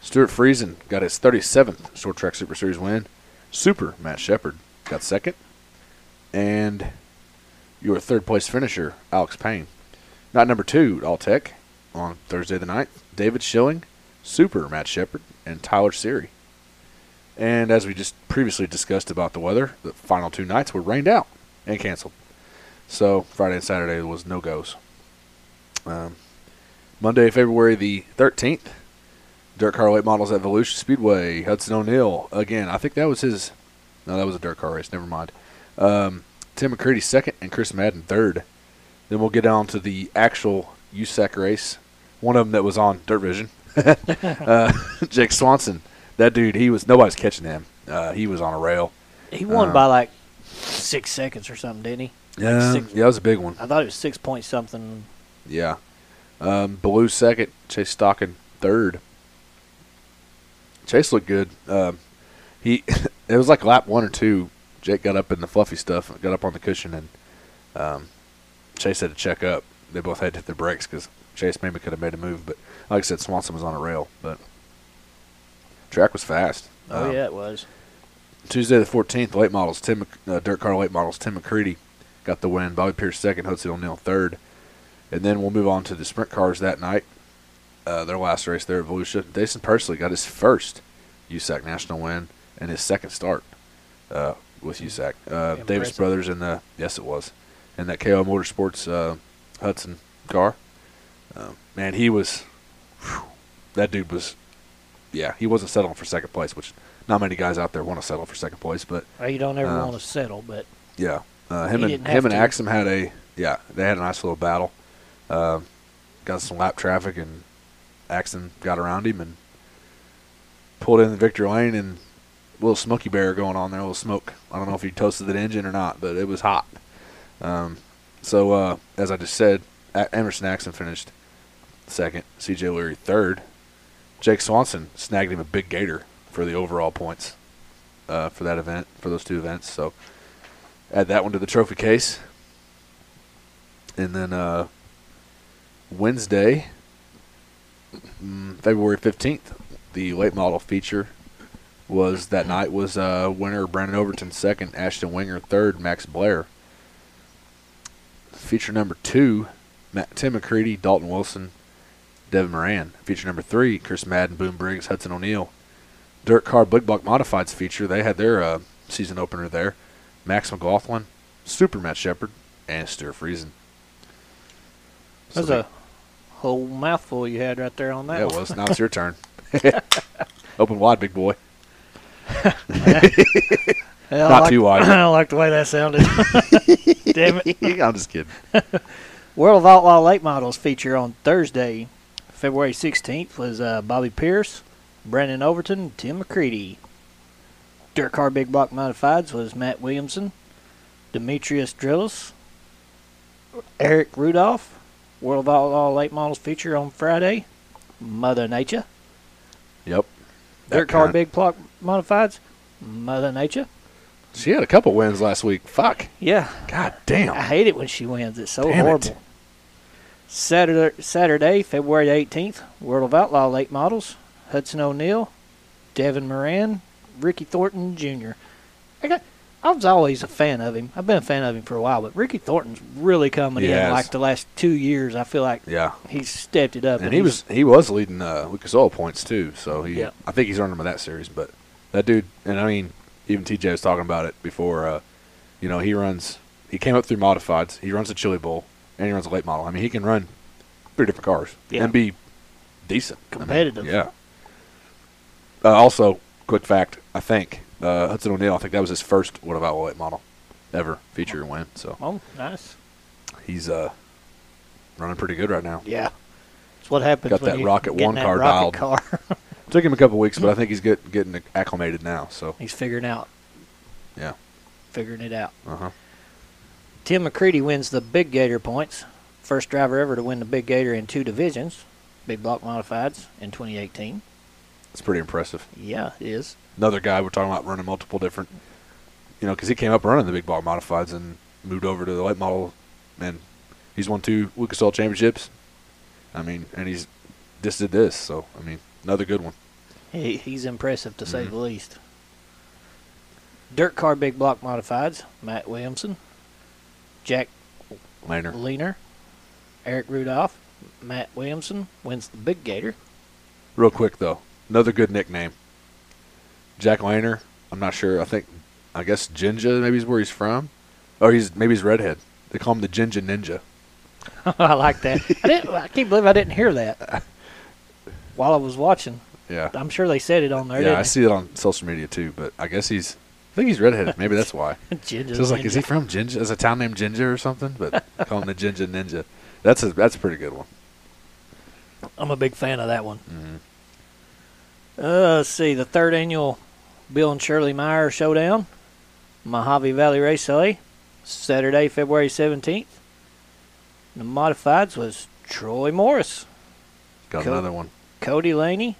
Speaker 2: Stuart Friesen got his 37th Short Track Super Series win. Super Matt Shepard got second. And your third place finisher, Alex Payne. Not number two at All Tech on Thursday the 9th. David Schilling, Super Matt Shepard, and Tyler Seary. And as we just previously discussed about the weather, the final two nights were rained out and canceled. So Friday and Saturday was no goes. Um, Monday, February the 13th, dirt car late models at Volusia Speedway. Hudson O'Neill again. I think that was his. No, that was a dirt car race. Never mind. Um, Tim McCready second, and Chris Madden third. Then we'll get on to the actual USAC race. One of them that was on Dirt Vision, uh, Jake Swanson. That dude, he was nobody's catching him. Uh, he was on a rail.
Speaker 1: He won
Speaker 2: Uh,
Speaker 1: by like six seconds or something, didn't he?
Speaker 2: Yeah,
Speaker 1: Six-
Speaker 2: yeah, that was a big one.
Speaker 1: I thought it was six point something.
Speaker 2: Yeah, um, Baloo second, Chase Stocking third. Chase looked good. Um, he it was like lap one or two. Jake got up in the fluffy stuff, got up on the cushion, and um, Chase had to check up. They both had to hit their brakes because Chase maybe could have made a move, but like I said, Swanson was on a rail. But track was fast.
Speaker 1: Oh
Speaker 2: Um,
Speaker 1: yeah, it was. Mc-
Speaker 2: Tuesday the 14th, late models, Tim, Mc- uh, dirt car late models, Tim McCready got the win. Bobby Pierce second, Hudson O'Neill third. And then we'll move on to the sprint cars that night. Uh, their last race there at Volusia. Jason Persley got his first USAC national win and his second start uh, with USAC. Uh, Davis
Speaker 1: Impressive.
Speaker 2: Brothers in the, yes, it was, in that KO Motorsports uh, Hudson car. Um, man, he was, whew, that dude was, yeah, he wasn't settling for second place, which not many guys out there want to settle for second place, but
Speaker 1: Well, you don't ever
Speaker 2: Uh,
Speaker 1: want to settle, but
Speaker 2: yeah, uh, him
Speaker 1: He
Speaker 2: and
Speaker 1: didn't
Speaker 2: him and
Speaker 1: have
Speaker 2: Axum had a yeah, they had a nice little battle. Um got some lap traffic, and Axum got around him and pulled in the victory lane, and a little smoky bear going on there, a little smoke. I don't know if he toasted that engine or not, but it was hot. Um, so uh, as I just said, A- Emerson Axum finished second, C.J. Leary third. Jake Swanson snagged him a big gator for the overall points uh, for that event, for those two events. So add that one to the trophy case. And then uh, Wednesday, mm, February fifteenth, the late model feature was that night was uh, winner Brandon Overton second, Ashton Winger third, Max Blair. Feature number two, Matt, Tim McCready, Dalton Wilson, Devin Moran. Feature number three, Chris Madden, Boom Briggs, Hudson O'Neill. Dirt Car Big Block Modifieds feature, they had their uh, season opener there. Max McLaughlin, Super Matt Shepard, and Stuart Friesen. So
Speaker 1: that's
Speaker 2: they-
Speaker 1: a whole mouthful you had right there on that.
Speaker 2: yeah, it
Speaker 1: one.
Speaker 2: was. Now it's your turn. Open wide, big boy.
Speaker 1: Yeah, I
Speaker 2: Not
Speaker 1: like-
Speaker 2: too wide.
Speaker 1: I don't like the way that sounded. Damn it.
Speaker 2: I'm just kidding.
Speaker 1: World of Outlaw Late Models feature on Thursday, February 16th was uh, Bobby Pierce, Brandon Overton, Tim McCready. Dirt Car Big Block Modifieds was Matt Williamson, Demetrius Drillis, Eric Rudolph. World of Outlaw Late Models feature on Friday, Mother Nature.
Speaker 2: Yep. That
Speaker 1: Dirt Car
Speaker 2: cunt.
Speaker 1: Big Block Modifieds, Mother Nature.
Speaker 2: She had a couple wins last week. Fuck.
Speaker 1: Yeah,
Speaker 2: God
Speaker 1: I
Speaker 2: damn.
Speaker 1: hate it when she wins. It's so
Speaker 2: Damn it.
Speaker 1: horrible. Saturday, Saturday, February 18th, World of Outlaw Late Models, Hudson O'Neill, Devin Moran, Ricky Thornton Jr. I got. I was always a fan of him. I've been a fan of him for a while, but Ricky Thornton's really coming
Speaker 2: Yes.
Speaker 1: in like the last two years. I feel like
Speaker 2: Yeah.
Speaker 1: he's stepped it up.
Speaker 2: And he was he was leading uh, Lucas Oil points too, so he
Speaker 1: Yeah.
Speaker 2: I think he's earned them in that series. But that dude, and I mean, even TJ was talking about it before. Uh, you know, he runs. He came up through modifieds. He runs a Chili Bowl, and he runs a late model. I mean, he can run three different cars
Speaker 1: Yeah.
Speaker 2: and be decent, I mean,
Speaker 1: Competitive.
Speaker 2: yeah. Uh, also, quick fact: I think uh, Hudson O'Neill. I think that was his first what about late model ever feature win. So
Speaker 1: oh nice.
Speaker 2: he's uh running pretty good right now.
Speaker 1: Yeah, that's what happens.
Speaker 2: Got
Speaker 1: when
Speaker 2: that
Speaker 1: you
Speaker 2: Rocket
Speaker 1: get in
Speaker 2: One
Speaker 1: that
Speaker 2: car
Speaker 1: rocket car.
Speaker 2: Took him a couple weeks, but I think he's get, getting acclimated now. So
Speaker 1: he's figuring out,
Speaker 2: yeah,
Speaker 1: figuring it out.
Speaker 2: uh huh.
Speaker 1: Tim McCready wins the Big Gator points. First driver ever to win the Big Gator in two divisions, Big Block Modifieds in 2018.
Speaker 2: It's pretty impressive.
Speaker 1: Yeah, it is.
Speaker 2: Another guy we're talking about running multiple different, you know, because he came up running the big block modifieds and moved over to the light model, and he's won two Lucas Oil championships. I mean, and he's just did this. So I mean, another good one.
Speaker 1: He, he's impressive to
Speaker 2: Mm-hmm.
Speaker 1: say the least. Dirt Car Big Block Modifieds, Matt Williamson, Jack
Speaker 2: Laner.
Speaker 1: Leaner, Eric Rudolph, Matt Williamson wins the Big Gator.
Speaker 2: Real quick though, another good nickname. Jack Laner. I'm not sure. I think, I guess Jinja maybe is where he's from, or he's maybe he's redhead. They call him the Jinja Ninja.
Speaker 1: I like that. I, didn't, I can't believe I didn't hear that while I was watching.
Speaker 2: Yeah.
Speaker 1: I'm sure they said it on there.
Speaker 2: yeah,
Speaker 1: didn't
Speaker 2: I
Speaker 1: they?
Speaker 2: see it on social media too, but I guess he's I think he's redheaded. Maybe that's why.
Speaker 1: Ginger
Speaker 2: So I was like, is he
Speaker 1: ninja.
Speaker 2: from Ginger? Is a town named Ginger or something? But call him the Ginger Ninja. That's a that's a pretty good one.
Speaker 1: I'm a big fan of that one.
Speaker 2: Mhm.
Speaker 1: Uh, let's see, the third annual Bill and Shirley Meyer Showdown, Mojave Valley Raceway, Saturday, February 17th. The modifieds was Troy Morris,
Speaker 2: Got
Speaker 1: Cool.
Speaker 2: another one.
Speaker 1: Cody Laney,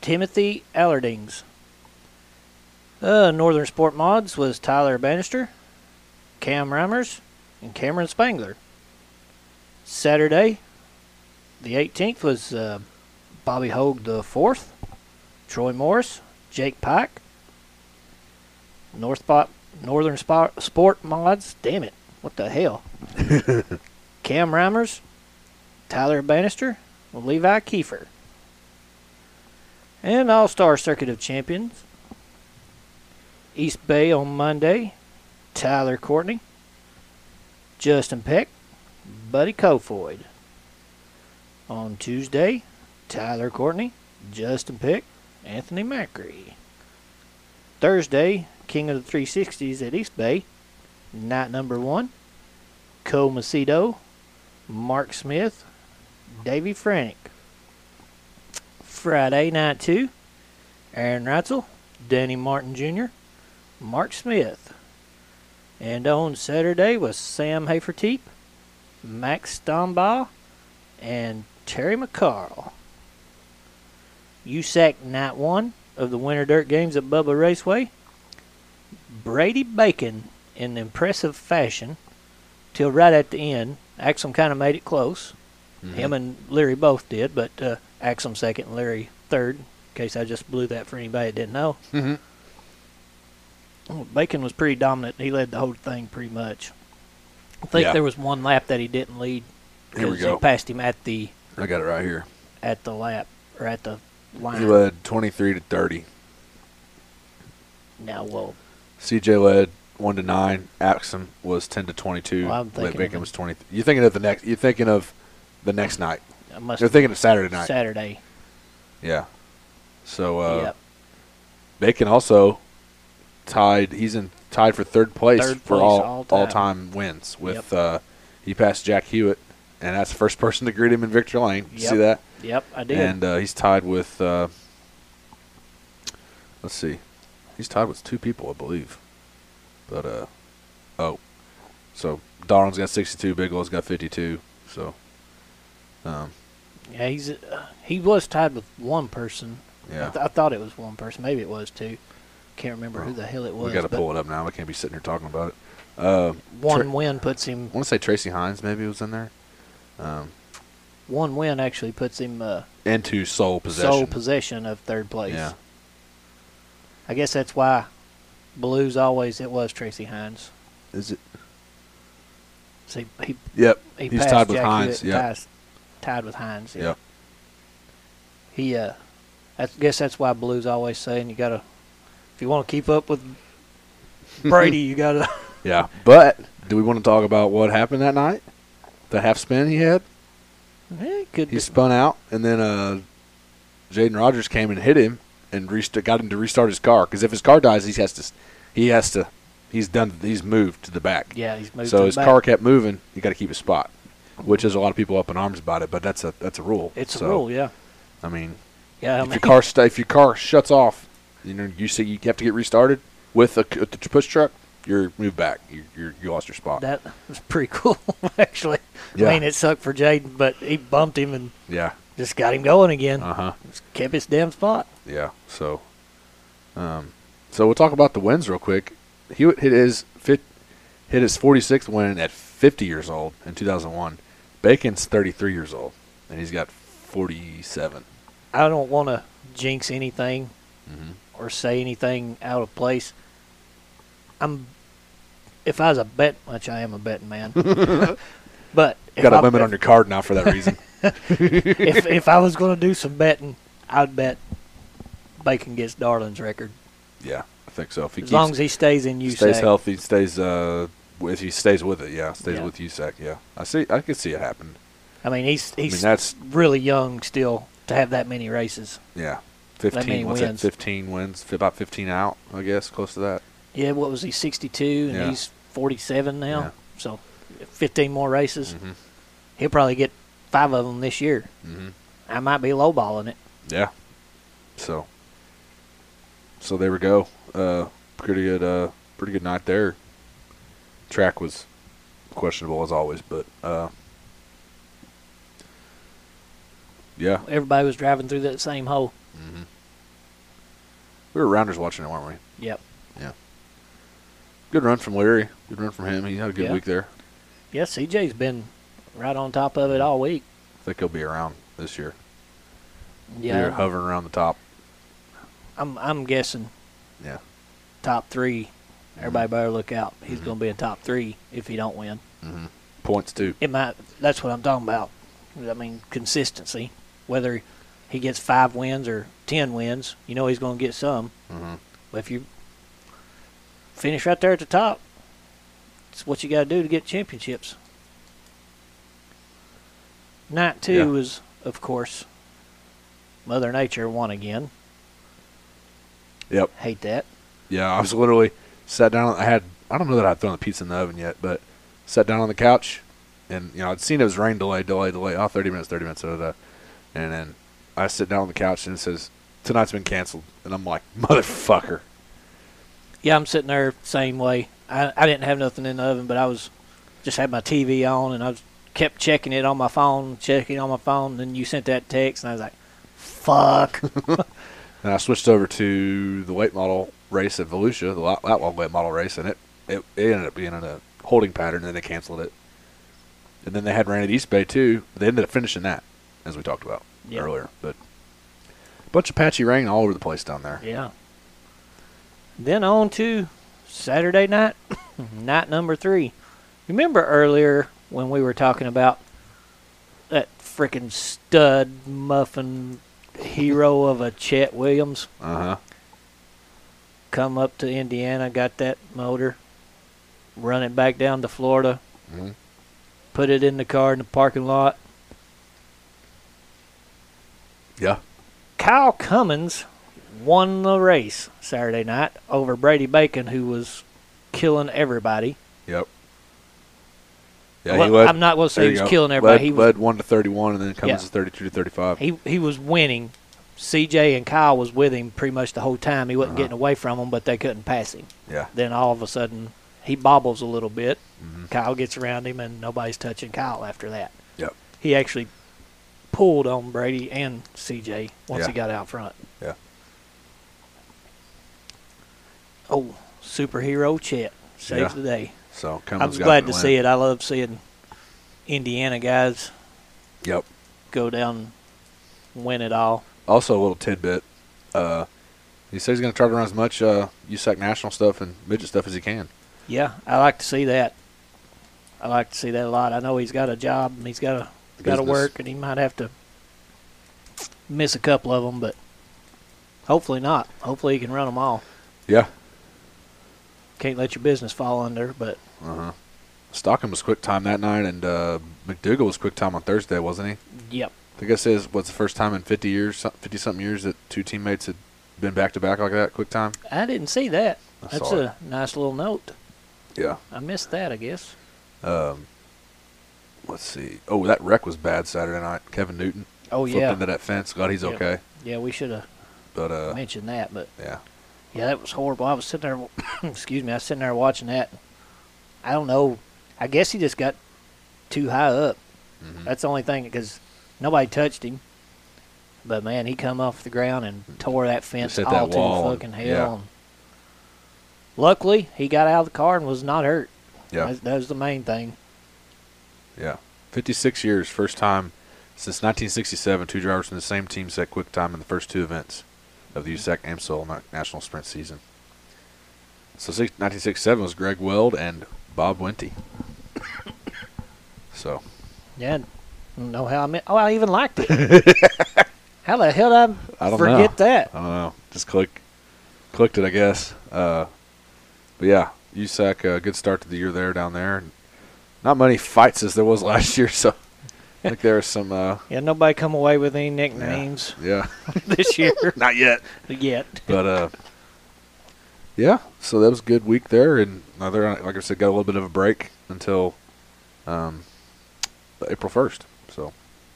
Speaker 1: Timothy Allardings. Uh, Northern Sport Mods was Tyler Bannister, Cam Reimers, and Cameron Spangler. Saturday, the 18th, was uh, Bobby Hogue the fourth, Troy Morris, Jake Pike, North Spot, Northern Spot, Sport Mods. Damn it, what the hell? Cam Reimers, Tyler Bannister, Levi Kiefer. And All Star Circuit of Champions. East Bay on Monday. Tyler Courtney. Justin Peck. Buddy Kofoid. On Tuesday, Tyler Courtney, Justin Peck, Anthony Macri. Thursday, King of the 360s at East Bay. Night number one, Cole Macedo, Mark Smith, Davey Franick. Friday night two, Aaron Reitzel, Danny Martin Jr., Mark Smith. And on Saturday was Sam Haferteep, Max Stombaugh, and Terry McCarl. USAC night one of the Winter Dirt Games at Bubba Raceway. Brady Bacon in impressive fashion till right at the end. Axum kind of made it close.
Speaker 2: Mm-hmm.
Speaker 1: Him and Leary both did, but uh, Axum second and Leary third. In case I just blew that for anybody that didn't know.
Speaker 2: hmm
Speaker 1: Well, Bacon was pretty dominant. He led the whole thing pretty much. I think
Speaker 2: Yeah.
Speaker 1: there was one lap that he didn't lead
Speaker 2: Here we
Speaker 1: because he
Speaker 2: go.
Speaker 1: passed him at the
Speaker 2: I got it right here.
Speaker 1: at the lap or at the line.
Speaker 2: He led 23 to 30.
Speaker 1: Now, well,
Speaker 2: CJ led one to nine. Axum was 10 to 22.
Speaker 1: Well, I'm thinking
Speaker 2: Led
Speaker 1: of
Speaker 2: Bacon
Speaker 1: him.
Speaker 2: was 20. You're thinking of the next. You're thinking of the next night.
Speaker 1: I must
Speaker 2: They're thinking of Saturday night.
Speaker 1: Saturday.
Speaker 2: Yeah. So uh,
Speaker 1: yep.
Speaker 2: Bacon also tied. He's in tied for third place
Speaker 1: Third
Speaker 2: for
Speaker 1: place
Speaker 2: all
Speaker 1: all-time.
Speaker 2: all-time wins. With uh, he passed Jack Hewitt, and that's the first person to greet him in victory lane. You
Speaker 1: Yep.
Speaker 2: see that?
Speaker 1: Yep, I did.
Speaker 2: And uh, he's tied with. Uh, let's see, he's tied with two people, I believe. But uh, oh, so Darling's got sixty-two, Bigelow's got fifty-two. So, um,
Speaker 1: yeah, he's uh, he was tied with one person.
Speaker 2: yeah,
Speaker 1: I, th- I thought it was one person. Maybe it was two. Can't remember who
Speaker 2: Well,
Speaker 1: the hell it was.
Speaker 2: we got to
Speaker 1: but
Speaker 2: pull it up now. We can't be sitting here talking about it. Uh,
Speaker 1: one
Speaker 2: Tra-
Speaker 1: win puts him.
Speaker 2: I want to say Tracy Hines maybe was in there, um,
Speaker 1: One win actually puts him uh,
Speaker 2: into sole possession.
Speaker 1: sole possession of third place.
Speaker 2: Yeah.
Speaker 1: I guess that's why Blues always it was Tracy Hines.
Speaker 2: Is it?
Speaker 1: So he he,
Speaker 2: Yep.
Speaker 1: he
Speaker 2: He's
Speaker 1: passed
Speaker 2: tied with
Speaker 1: Jack
Speaker 2: Hines.
Speaker 1: Hewitt,
Speaker 2: Yeah.
Speaker 1: ties- tied with Hines. Yeah.
Speaker 2: Yeah.
Speaker 1: He uh, I guess that's why Blues always saying you gotta if you want to keep up with Brady, you gotta.
Speaker 2: Yeah. But do we want to talk about what happened that night? The half spin he had.
Speaker 1: Eh, could
Speaker 2: he
Speaker 1: be.
Speaker 2: spun out, and then uh, Jaden Rogers came and hit him and rest- got him to restart his car. Because if his car dies, he has to, he has to, he's done, he's moved to the back.
Speaker 1: yeah, he's moved. to
Speaker 2: so
Speaker 1: the
Speaker 2: his
Speaker 1: back.
Speaker 2: car kept moving. You got to keep his spot, which is a lot of people up in arms about it. But that's a that's a rule.
Speaker 1: It's
Speaker 2: So,
Speaker 1: a rule, yeah.
Speaker 2: I mean,
Speaker 1: Yeah, I
Speaker 2: if
Speaker 1: mean,
Speaker 2: your car sta if your car shuts off, you know you see you have to get restarted with a c- with the push truck. You're moved back. You you're, you lost your spot.
Speaker 1: that was pretty cool actually.
Speaker 2: Yeah.
Speaker 1: I mean, it sucked for Jaden, but he bumped him and
Speaker 2: yeah.
Speaker 1: just got him going again.
Speaker 2: Uh huh.
Speaker 1: Just kept his damn spot.
Speaker 2: Yeah. So, um, so we'll talk about the wins real quick. Hewitt hit his fit, hit his 46th win at 50 years old in 2001. Bacon's 33 years old, and he's got 47.
Speaker 1: I don't want to jinx anything
Speaker 2: Mhm.
Speaker 1: or say anything out of place. I'm, if I was a bet, which I am a betting man, but
Speaker 2: You got
Speaker 1: if
Speaker 2: a
Speaker 1: I-
Speaker 2: limit on your card now for that reason.
Speaker 1: if if I was going to do some betting, I'd bet Bacon gets Darling's record
Speaker 2: yeah, I think so. If he
Speaker 1: as
Speaker 2: keeps,
Speaker 1: long as he stays in USAC.
Speaker 2: stays healthy, stays uh, if he stays with it, yeah, stays
Speaker 1: Yeah.
Speaker 2: with USAC, yeah. I see. I can see it happen.
Speaker 1: I mean, he's
Speaker 2: I mean,
Speaker 1: he's
Speaker 2: that's
Speaker 1: really young still to have that many races.
Speaker 2: yeah.
Speaker 1: many
Speaker 2: fifteen. What's that?
Speaker 1: wins.
Speaker 2: Fifteen wins. f- About fifteen out, I guess, close to that.
Speaker 1: Yeah, what was he, 62, and
Speaker 2: Yeah.
Speaker 1: he's 47 now.
Speaker 2: Yeah.
Speaker 1: So 15 more races.
Speaker 2: Mhm.
Speaker 1: He'll probably get five of them this year.
Speaker 2: Mhm.
Speaker 1: I might be lowballing it.
Speaker 2: Yeah. So. So there we go. Uh, pretty good. Uh, pretty good night there. Track was questionable as always, but uh, yeah, mm-hmm.
Speaker 1: Everybody was driving through that same hole.
Speaker 2: we were rounders watching it, weren't we?
Speaker 1: Yep.
Speaker 2: Yeah. Good run from Larry. Good run from him. He had a good
Speaker 1: Yeah.
Speaker 2: week there.
Speaker 1: Yeah, CJ's been right on top of it all week.
Speaker 2: I think he'll be around this year. They're
Speaker 1: Yeah,
Speaker 2: hovering around the top.
Speaker 1: I'm I'm guessing
Speaker 2: Yeah.
Speaker 1: top three.
Speaker 2: Mm-hmm.
Speaker 1: Everybody better look out. He's going to be in top three if he don't win.
Speaker 2: Mm-hmm. Points too.
Speaker 1: It might. That's what I'm talking about. I mean consistency. Whether he gets five wins or ten wins, you know he's going to get some.
Speaker 2: Mhm.
Speaker 1: But if you finish right there at the top, it's what you got to do to get championships. Night two
Speaker 2: Yeah.
Speaker 1: was, of course, Mother Nature won again.
Speaker 2: Yep.
Speaker 1: Hate that.
Speaker 2: Yeah, I was literally sat down. I had I don't know that I'd thrown the pizza in the oven yet, but sat down on the couch, and you know I'd seen it was rain delay, delay, delay. Oh, 30 minutes, thirty minutes, da, da, da. and then I sit down on the couch and it says tonight's been canceled, and I'm like motherfucker.
Speaker 1: Yeah, I'm sitting there same way. I, I didn't have nothing in the oven, but I was just had my TV on and I was, kept checking it on my phone, checking it on my phone. And then you sent that text, and I was like, "Fuck."
Speaker 2: And I switched over to the late model race at Volusia, the lot- outlaw late model race, and it, it, it ended up being in a holding pattern, and then they canceled it. And then they had rain at East Bay, too. but They ended up finishing that, as we talked about
Speaker 1: Yeah.
Speaker 2: earlier. But a bunch of patchy rain all over the place down there.
Speaker 1: yeah. Then on to Saturday night, night number three. Remember earlier when we were talking about that freaking stud muffin hero of a Chet Williams?
Speaker 2: Uh huh.
Speaker 1: come up to Indiana, got that motor, run it back down to Florida,
Speaker 2: Mhm.
Speaker 1: put it in the car in the parking lot.
Speaker 2: Yeah.
Speaker 1: Kyle Cummins won the race Saturday night over Brady Bacon, who was killing everybody.
Speaker 2: Yep. Yeah,
Speaker 1: Well,
Speaker 2: he led.
Speaker 1: I'm not going to
Speaker 2: there
Speaker 1: say he
Speaker 2: you
Speaker 1: was
Speaker 2: go.
Speaker 1: killing everybody.
Speaker 2: Led,
Speaker 1: he was
Speaker 2: led 1 to 31, and then comes
Speaker 1: Yeah.
Speaker 2: to 32 to 35.
Speaker 1: he he was winning. CJ and Kyle was with him pretty much the whole time. He wasn't
Speaker 2: Uh-huh.
Speaker 1: getting away from them, but they couldn't pass him.
Speaker 2: yeah.
Speaker 1: Then all of a sudden, he bobbles a little bit.
Speaker 2: Mhm.
Speaker 1: Kyle gets around him, and nobody's touching Kyle after that.
Speaker 2: Yep.
Speaker 1: he actually pulled on Brady and CJ once
Speaker 2: Yeah.
Speaker 1: he got out front.
Speaker 2: Yeah.
Speaker 1: Oh, superhero Chet saves
Speaker 2: Yeah.
Speaker 1: the day.
Speaker 2: So
Speaker 1: I
Speaker 2: Cummins
Speaker 1: was
Speaker 2: got
Speaker 1: glad
Speaker 2: the
Speaker 1: to
Speaker 2: win.
Speaker 1: see it. I love seeing Indiana guys
Speaker 2: Yep.
Speaker 1: go down, and win it all.
Speaker 2: Also, a little tidbit. Uh, he said he's going to try to run as much uh, USAC national stuff and midget stuff as he can.
Speaker 1: Yeah, I like to see that. I like to see that a lot. I know he's got a job and he's got to got to
Speaker 2: Business.
Speaker 1: work, and he might have to miss a couple of them, but hopefully not. Hopefully he can run them all.
Speaker 2: Yeah.
Speaker 1: Can't let your business fall under, but
Speaker 2: Uh huh. Stockham was quick time that night, and uh, McDougal was quick time on Thursday, wasn't he? I
Speaker 1: yep,
Speaker 2: think I says what's the first time in 50 years, 50 something years that two teammates had been back to back like that quick time.
Speaker 1: I didn't see that.
Speaker 2: I
Speaker 1: That's
Speaker 2: saw
Speaker 1: a nice little note.
Speaker 2: Yeah.
Speaker 1: I missed that, I guess.
Speaker 2: Um, let's see. Oh, that wreck was bad Saturday night. Kevin Newton
Speaker 1: Oh
Speaker 2: flipped
Speaker 1: yeah,
Speaker 2: into that fence. Glad he's
Speaker 1: Yep.
Speaker 2: okay.
Speaker 1: yeah. We should have
Speaker 2: But uh,
Speaker 1: mentioned that, but
Speaker 2: yeah.
Speaker 1: yeah, that was horrible. I was sitting there, excuse me, I was sitting there watching that. I don't know. I guess he just got too high up.
Speaker 2: Mm-hmm.
Speaker 1: That's the only thing because nobody touched him. But man, he come off the ground and tore that fence
Speaker 2: hit
Speaker 1: all
Speaker 2: that
Speaker 1: to
Speaker 2: wall and-
Speaker 1: fucking
Speaker 2: yeah.
Speaker 1: hell. And luckily, he got out of the car and was not hurt.
Speaker 2: Yeah.
Speaker 1: That, that was the main thing.
Speaker 2: Yeah. 56 years, first time since 1967, two drivers from the same team set quick time in the first two events of the USAC AMSOL na- National Sprint Season. So six, 1967 was Greg Weld and Bob Winty. so,
Speaker 1: Yeah, I don't know how I meant. Oh, I even liked it. how the hell did I,
Speaker 2: I don't
Speaker 1: forget
Speaker 2: know.
Speaker 1: that?
Speaker 2: I don't know. Just click, clicked it, I guess. Uh, but yeah, USAC, uh, good start to the year there down there. Not many fights as there was last year, so I think there are some. Uh,
Speaker 1: Yeah, nobody come away with any nicknames
Speaker 2: yeah,
Speaker 1: this year
Speaker 2: not yet.
Speaker 1: yet.
Speaker 2: But uh, yeah, so that was a good week there, and another like I said, got a little bit of a break until um, April first. So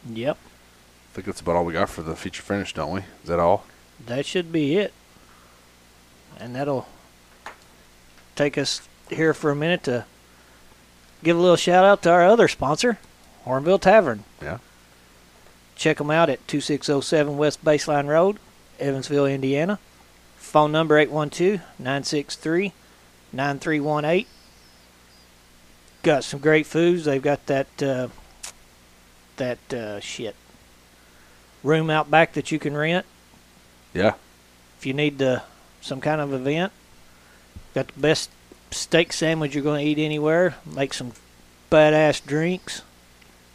Speaker 1: Yep,
Speaker 2: I think that's about all we got for the feature finish, don't we? Is that all?
Speaker 1: that should be it, and that'll take us here for a minute to give a little shout out to our other sponsor, Hornville Tavern.
Speaker 2: Yeah.
Speaker 1: Check them out at 2607 West Baseline Road, Evansville, Indiana. Phone number 812 963 9318. Got some great foods. They've got that, uh, that uh, shit, room out back that you can rent
Speaker 2: Yeah.
Speaker 1: if you need to, some kind of event. Got the best steak sandwich you're going to eat anywhere. Make some badass drinks.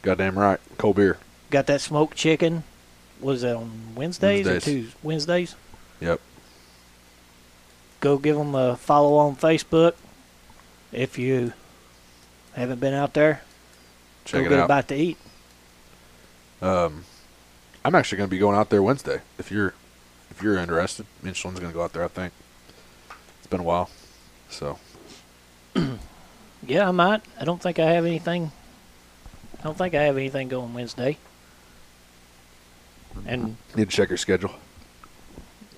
Speaker 2: Goddamn right. Cold beer.
Speaker 1: Got that smoked chicken. Was that on Wednesdays,
Speaker 2: Wednesdays.
Speaker 1: or Tuesdays? Wednesdays.
Speaker 2: Yep.
Speaker 1: Go give them a follow on Facebook. If you haven't been out there,
Speaker 2: Check
Speaker 1: go
Speaker 2: it
Speaker 1: get
Speaker 2: out.
Speaker 1: a bite to eat.
Speaker 2: Um, I'm actually going to be going out there Wednesday. If you're if you're interested, me and Shannon's going to go out there. I think it's been a while, so
Speaker 1: Yeah, I might. I don't think I have anything. I don't think I have anything going Wednesday. And
Speaker 2: need to check your schedule.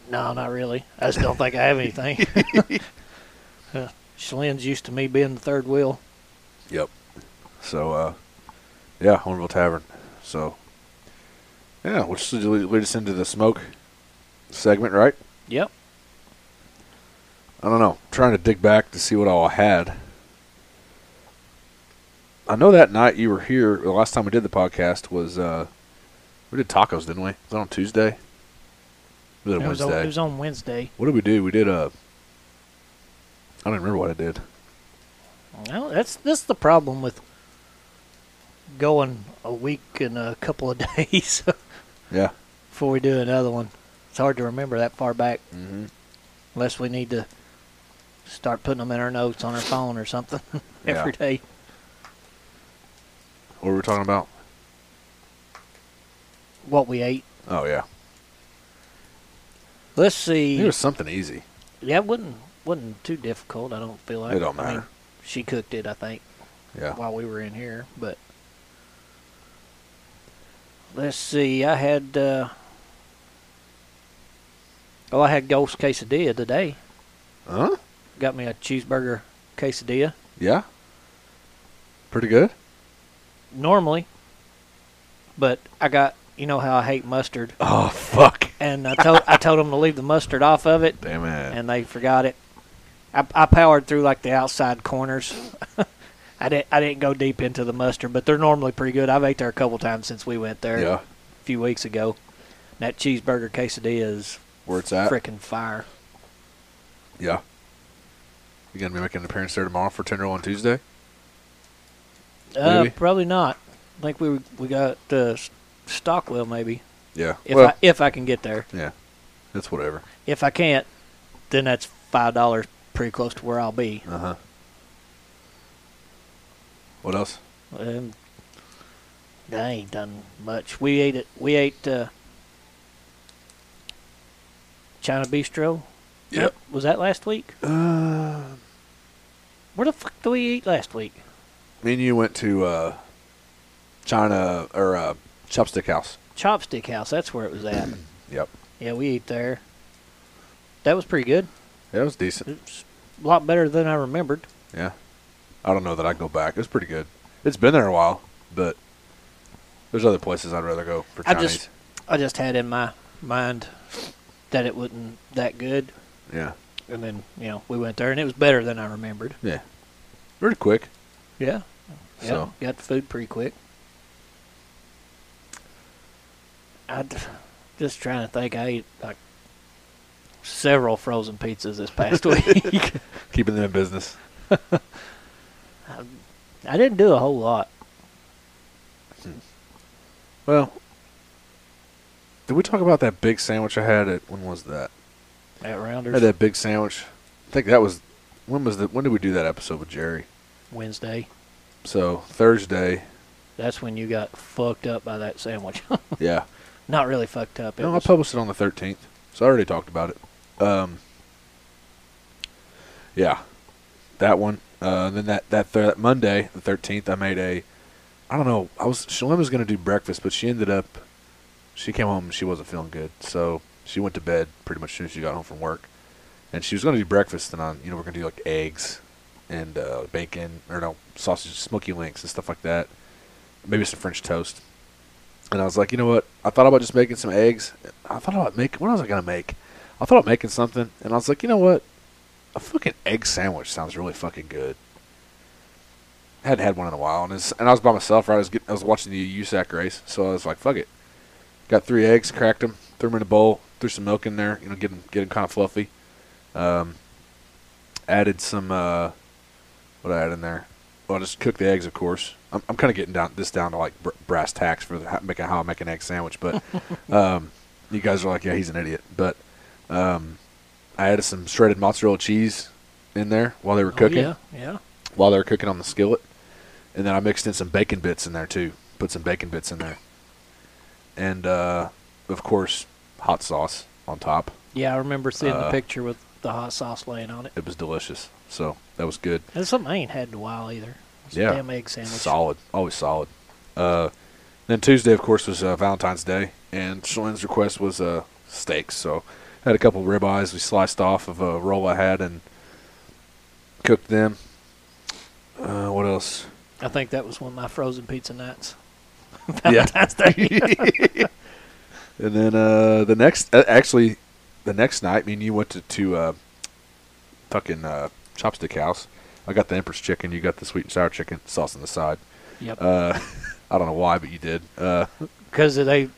Speaker 1: No, not really. I just don't think I have anything. uh, Schlinn's used to me being the third wheel.
Speaker 2: Yep. So, uh, yeah, Hornville Tavern. So, yeah, which should lead lead us into the smoke segment, right?
Speaker 1: Yep.
Speaker 2: I don't know. Trying to dig back to see what all I had. I know that night you were here. The last time we did the podcast was uh, we did tacos, didn't we? Was that on Tuesday? We did it
Speaker 1: It was, on,
Speaker 2: Wednesday.
Speaker 1: it was on Wednesday.
Speaker 2: what did we do? We did uh, I don't remember what I did.
Speaker 1: Well, that's that's the problem with going a week and a couple of days
Speaker 2: Yeah.
Speaker 1: before we do another one. It's hard to remember that far back
Speaker 2: Mm-hmm.
Speaker 1: unless we need to start putting them in our notes on our phone or something
Speaker 2: Yeah.
Speaker 1: every day.
Speaker 2: What were we talking about?
Speaker 1: What we ate.
Speaker 2: Oh yeah,
Speaker 1: Let's
Speaker 2: I
Speaker 1: see.
Speaker 2: think it was something easy.
Speaker 1: Yeah, it wasn't wasn't too difficult. I don't feel like
Speaker 2: It don't
Speaker 1: I mean,
Speaker 2: matter.
Speaker 1: she cooked it, I think.
Speaker 2: Yeah.
Speaker 1: while we were in here. But let's see, I had uh, oh, I had ghost quesadilla today.
Speaker 2: Huh?
Speaker 1: Got me a cheeseburger quesadilla.
Speaker 2: Yeah. Pretty good.
Speaker 1: Normally, but I got you know how I hate mustard,
Speaker 2: Oh fuck!
Speaker 1: and I told I told them to leave the mustard off of it,
Speaker 2: Damn it!
Speaker 1: and they forgot it. I, I powered through like the outside corners. I didn't I didn't go deep into the mustard, but they're normally pretty good. I've ate there a couple times since we went there.
Speaker 2: yeah,
Speaker 1: a few weeks ago. That cheeseburger quesadilla is
Speaker 2: where it's at.
Speaker 1: frickin' fire.
Speaker 2: Yeah. You gonna be making an appearance there tomorrow for Tenderloin Tuesday?
Speaker 1: Uh,
Speaker 2: Maybe.
Speaker 1: probably not. I think we we got uh, S- Stockwell maybe
Speaker 2: Yeah.
Speaker 1: if
Speaker 2: well,
Speaker 1: I if I can get there.
Speaker 2: yeah. That's whatever.
Speaker 1: If I can't, then that's five dollars pretty close to where I'll be.
Speaker 2: Uh huh. What else?
Speaker 1: Um, I ain't done much. We ate it. We ate uh, China Bistro.
Speaker 2: Yep.
Speaker 1: Was that last week?
Speaker 2: Uh,
Speaker 1: Where the fuck do we eat last week?
Speaker 2: me and you went to uh, China or uh, Chopstick House.
Speaker 1: Chopstick House. That's where it was at.
Speaker 2: Yep.
Speaker 1: Yeah, we ate there. That was pretty good.
Speaker 2: Yeah, it was decent.
Speaker 1: It's a lot better than I remembered.
Speaker 2: Yeah. I don't know that I go back. It's pretty good. It's been there a while, but there's other places I'd rather go for
Speaker 1: I
Speaker 2: Chinese.
Speaker 1: just I just had in my mind that it wasn't that good,
Speaker 2: yeah.
Speaker 1: and then you know we went there and it was better than I remembered.
Speaker 2: Yeah. Pretty quick.
Speaker 1: Yeah, yeah,
Speaker 2: So.
Speaker 1: got the food pretty quick. I d- just trying to think. I ate like several frozen pizzas this past week.
Speaker 2: Keeping them in business.
Speaker 1: I didn't do a whole lot.
Speaker 2: Well, did we talk about that big sandwich I had at when was that?
Speaker 1: At
Speaker 2: I
Speaker 1: Rounders
Speaker 2: had that big sandwich. I think that was when was the when did we do that episode with Jerry?
Speaker 1: Wednesday,
Speaker 2: So Thursday
Speaker 1: That's when you got fucked up by that sandwich.
Speaker 2: Yeah.
Speaker 1: Not really fucked up. It
Speaker 2: No, I
Speaker 1: was-
Speaker 2: published it on the 13th, so I already talked about it. Um, yeah, that one. Uh, then that that, th- that Monday, the 13th, I made a. I don't know. I was Shalem was gonna do breakfast, but she ended up. She came home. and She wasn't feeling good, so she went to bed pretty much as soon as she got home from work. And she was gonna do breakfast, and on you know we're gonna do like eggs and uh, bacon or no sausage, smoky links and stuff like that. Maybe some French toast. And I was like, you know what? I thought about just making some eggs. I thought about making. What was I gonna make? I thought about making something, and I was like, you know what? A fucking egg sandwich sounds really fucking good. I hadn't had one in a while, and it's, and I was by myself. Right, I was get, I was watching the USAC race, so I was like, fuck it. Got three eggs, cracked them, threw them in a bowl, threw some milk in there. You know, get them get them kind of fluffy. Um, added some uh, what I add in there. Well, just cook the eggs, of course. I'm, I'm kind of getting down this down to like br- brass tacks for the, how, making how I make an egg sandwich, but um, you guys are like, yeah, he's an idiot. But um, I added some shredded mozzarella cheese in there while they were
Speaker 1: oh,
Speaker 2: cooking
Speaker 1: Yeah, yeah.
Speaker 2: while they were cooking on the skillet. And then I mixed in some bacon bits in there too. Put some bacon bits in there. And uh, of course, hot sauce on top.
Speaker 1: Yeah, I remember seeing the
Speaker 2: Uh,
Speaker 1: picture with the hot sauce laying on it.
Speaker 2: It was delicious. So that was good.
Speaker 1: That's something I ain't had in a while either. It's a
Speaker 2: Yeah.
Speaker 1: damn egg sandwich.
Speaker 2: Solid. Always solid. Uh, then Tuesday, of course, was uh, Valentine's Day. And Shalene's request was uh, steaks. So had a couple ribeyes we sliced off of a roll I had and cooked them. Uh, what else?
Speaker 1: I think that was one of my frozen pizza nights.
Speaker 2: Yeah.
Speaker 1: Valentine's Day.
Speaker 2: And then uh, the next, uh, actually, the next night, me and you went to, to uh, fucking uh, Chopstick House. I got the Empress chicken. You got the sweet and sour chicken sauce on the side.
Speaker 1: yep.
Speaker 2: Uh, I don't know why, but you did. Uh,
Speaker 1: because they it's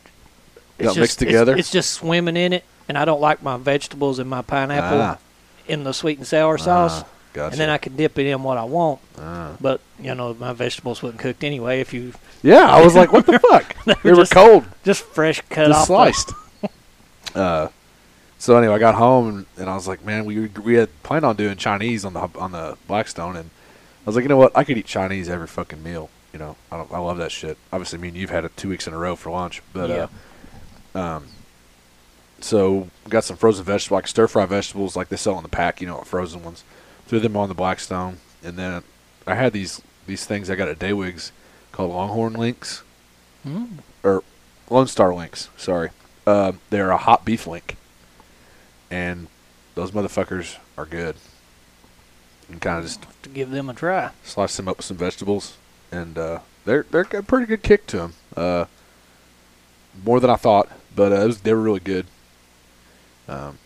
Speaker 2: got
Speaker 1: just,
Speaker 2: mixed
Speaker 1: it's-
Speaker 2: together?
Speaker 1: It's, just swimming in it, and I don't like my vegetables and my pineapple
Speaker 2: Ah.
Speaker 1: in the sweet and sour sauce,
Speaker 2: Ah, gotcha.
Speaker 1: and then I can dip it in what I want.
Speaker 2: Ah.
Speaker 1: But you know, my vegetables wasn't cooked anyway. If you
Speaker 2: yeah, I was like, what the fuck? they were
Speaker 1: just
Speaker 2: cold.
Speaker 1: just fresh cut
Speaker 2: Just
Speaker 1: off the-
Speaker 2: sliced. uh, so anyway, I got home and, and I was like, man, we we had planned on doing Chinese on the on the Blackstone, and I was like, you know what, I could eat Chinese every fucking meal. You know, I don't, I love that shit. Obviously, me and you've had it two weeks in a row for lunch, but
Speaker 1: Yeah.
Speaker 2: uh, um, so got some frozen vegetables, like stir fry vegetables, like they sell in the pack. You know, frozen ones. Threw them on the Blackstone, and then I had these these things I got at Daywigs called Longhorn Links
Speaker 1: Mm.
Speaker 2: or Lone Star links. Sorry, um, they're a hot beef link, and those motherfuckers are good. And kind of just
Speaker 1: to give them a try.
Speaker 2: slice them up with some vegetables, and uh, they're they're got a pretty good kick to them. Uh, more than I thought, but uh, it was, they were really good. Um,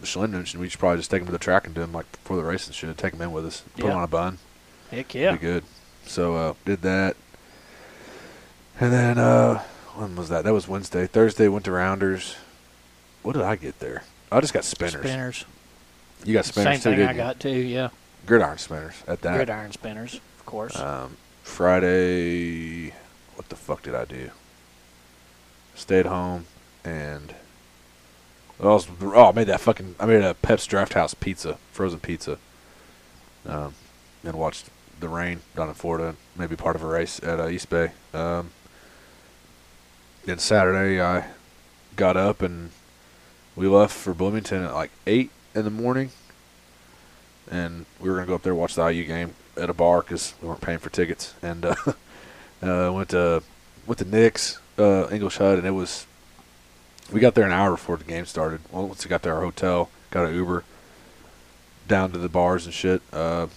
Speaker 2: Michelin mentioned we should probably just take them to the track and do them like before the race and shit. Take them in with us, put 'em
Speaker 1: Yeah.
Speaker 2: on a bun
Speaker 1: Heck yeah.
Speaker 2: pretty good. So uh, did that, and then uh, when was that? That was Wednesday. Thursday went to Rounders. What did I get there? I just got spinners.
Speaker 1: Spinners.
Speaker 2: You got
Speaker 1: Same
Speaker 2: spinners too,
Speaker 1: thing
Speaker 2: didn't
Speaker 1: I
Speaker 2: you?
Speaker 1: got too. Yeah.
Speaker 2: Gridiron spinners at that.
Speaker 1: Gridiron spinners, of course.
Speaker 2: Um, Friday, what the fuck did I do? Stayed home and I was, oh, I made that fucking I made a Pep's Draft House pizza, frozen pizza. Um, and watched the rain down in Florida, maybe part of a race at uh, East Bay. Um, then Saturday I got up and we left for Bloomington at like eight in the morning, and we were gonna go up there and watch the IU game at a bar because we weren't paying for tickets, and uh, uh, went to went to Nick's uh, English Hut, and it was we got there an hour before the game started. Well, once we got to our hotel, got an Uber down to the bars and shit. Uh,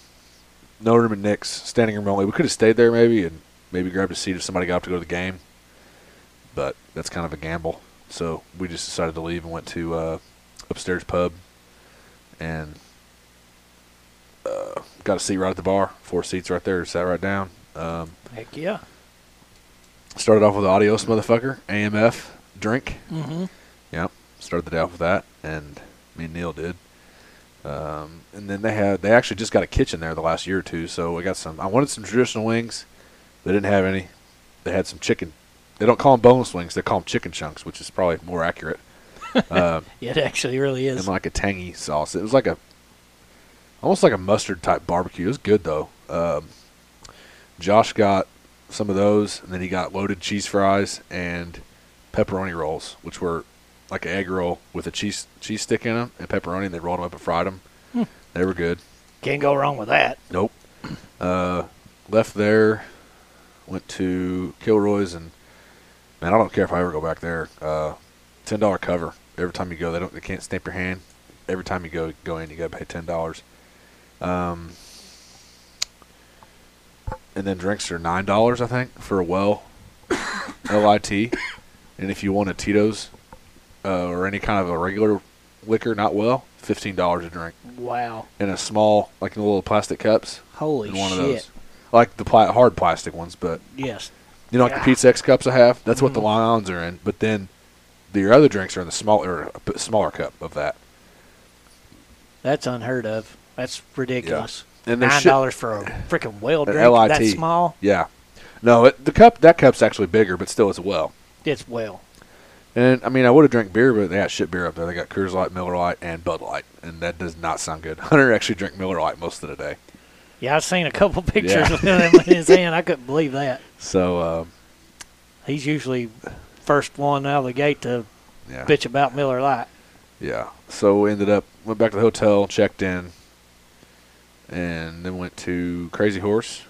Speaker 2: no room at Nick's, standing room only. We could have stayed there maybe and maybe grabbed a seat if somebody got up to go to the game, but that's kind of a gamble. So we just decided to leave and went to uh, upstairs pub and uh, got a seat right at the bar. Four seats right there. Sat right down. Um,
Speaker 1: Heck yeah.
Speaker 2: started off with Adios, motherfucker. AMF drink.
Speaker 1: hmm
Speaker 2: Yep. Started the day off with that, and me and Neil did. Um, and then they had they actually just got a kitchen there the last year or two, so I got some. I wanted some traditional wings. They didn't have any. They had some chicken. They don't call them boneless wings. They call them chicken chunks, which is probably more accurate. Um,
Speaker 1: It actually really
Speaker 2: and
Speaker 1: is.
Speaker 2: like a tangy sauce. It was like a almost like a mustard type barbecue. It was good though. Um, Josh got some of those, and then he got loaded cheese fries and pepperoni rolls, which were like an egg roll with a cheese cheese stick in them and pepperoni, and they rolled them up and fried them.
Speaker 1: Hmm.
Speaker 2: They were good.
Speaker 1: Can't go wrong with that.
Speaker 2: Nope. Uh, left there, went to Kilroy's, and man, I don't care if I ever go back there. Uh, ten dollar cover every time you go. They don't, they can't stamp your hand. Every time you go go in, you got to pay ten dollars. Um, and then drinks are nine dollars, I think, for a well, L I T. And if you want a Tito's uh, or any kind of a regular liquor, not well, fifteen dollars a drink
Speaker 1: Wow.
Speaker 2: in a small, like in the little plastic cups
Speaker 1: Holy
Speaker 2: in one
Speaker 1: shit.
Speaker 2: of those. I like the pla- hard plastic ones, but
Speaker 1: Yes.
Speaker 2: you know, like
Speaker 1: Yeah.
Speaker 2: the Pizza X cups I have. That's what the
Speaker 1: Mhm.
Speaker 2: Lions are in. But then the your other drinks are in the smaller, a bit smaller cup of that.
Speaker 1: That's unheard of. That's ridiculous.
Speaker 2: And there's
Speaker 1: Nine
Speaker 2: shit-
Speaker 1: dollars for a freaking whale
Speaker 2: An
Speaker 1: drink
Speaker 2: LIT.
Speaker 1: that small.
Speaker 2: Yeah, no, it, the cup that cup's actually bigger, but still it's a well.
Speaker 1: It's whale.
Speaker 2: And I mean, I would have drank beer, but they got shit beer up there. They got Coors Light, Miller Light, and Bud Light, and that does not sound good. Hunter actually drank Miller Light most of the day.
Speaker 1: Yeah, I've seen a couple pictures
Speaker 2: Yeah.
Speaker 1: of him in his hand. I couldn't believe that.
Speaker 2: So um,
Speaker 1: He's usually first one out of the gate to
Speaker 2: yeah,
Speaker 1: bitch about Miller Lite.
Speaker 2: Yeah. So we ended up went back to the hotel, checked in, and then went to Crazy Horse.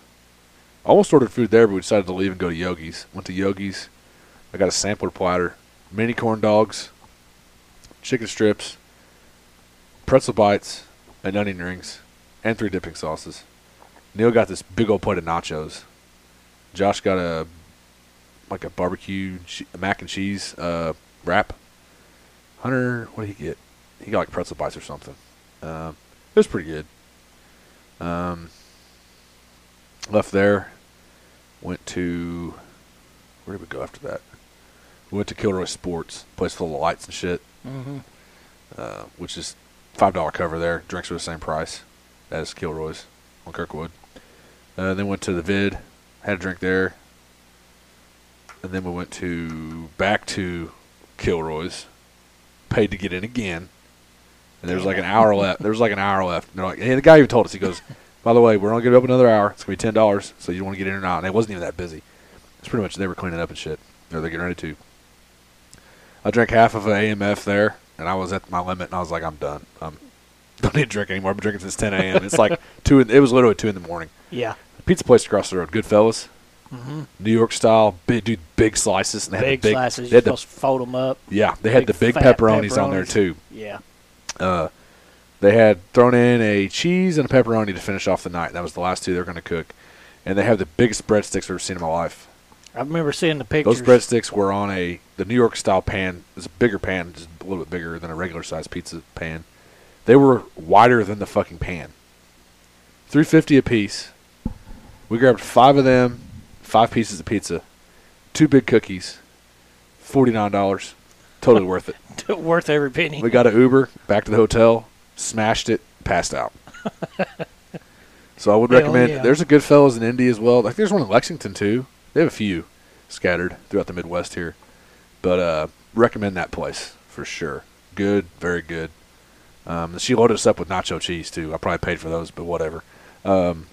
Speaker 2: I almost ordered food there, but we decided to leave and go to Yogi's. Went to Yogi's. I got a sampler platter, mini corn dogs, chicken strips, pretzel bites, and onion rings, and three dipping sauces. Neil got this big old plate of nachos. Josh got a like a barbecue che- mac and cheese uh, wrap. Hunter, what did he get? He got like pretzel bites or something. Um, it was pretty good. Um, left there, went to where did we go after that? We went to Kilroy Sports, place full of lights and shit,
Speaker 1: Mm-hmm.
Speaker 2: uh, which is five dollar cover there. Drinks are the same price as Kilroy's on Kirkwood. Uh, then went to the Vid, had a drink there, and then we went to back to Kilroy's, paid to get in again. And there was like an hour left. There was like an hour left. And they're like, and the guy even told us, he goes, "By the way, we're only going to open another hour. It's going to be ten dollars. So you want to get in or not?" And it wasn't even that busy. It's pretty much they were cleaning up and shit, or they're getting ready to. I drank half of an AMF there, and I was at my limit, and I was like, "I'm done. I'm don't need to drink anymore. I've been drinking since 10 a.m. It's like two. in- It was literally two in the morning.
Speaker 1: Yeah.
Speaker 2: Pizza place across the road, Goodfellas,
Speaker 1: Mm-hmm.
Speaker 2: New York style, big dude, big slices, and they had
Speaker 1: Big,
Speaker 2: the big
Speaker 1: slices.
Speaker 2: They
Speaker 1: You're
Speaker 2: had the,
Speaker 1: supposed to fold them up.
Speaker 2: yeah, they had
Speaker 1: big
Speaker 2: the big
Speaker 1: fat
Speaker 2: pepperonis, on there
Speaker 1: pepperonis.
Speaker 2: too.
Speaker 1: Yeah.
Speaker 2: Uh, they had thrown in a cheese and a pepperoni to finish off the night. That was the last two they were going to cook, and they have the biggest breadsticks I've ever seen in my life.
Speaker 1: I remember seeing the pictures.
Speaker 2: Those breadsticks were on a the New York style pan. It's a bigger pan, just a little bit bigger than a regular sized pizza pan. They were wider than the fucking pan. Three fifty a piece. We grabbed five of them, five pieces of pizza, two big cookies, forty nine dollars. Totally worth it.
Speaker 1: worth every penny.
Speaker 2: We got an Uber back to the hotel, smashed it, passed out. so I would
Speaker 1: Hell
Speaker 2: recommend.
Speaker 1: yeah.
Speaker 2: There's a Goodfellas in Indy as well. Like there's one in Lexington too. They have a few scattered throughout the Midwest here, but uh, recommend that place for sure. Good, very good. Um, and she loaded us up with nacho cheese too. I probably paid for those, but whatever. Um,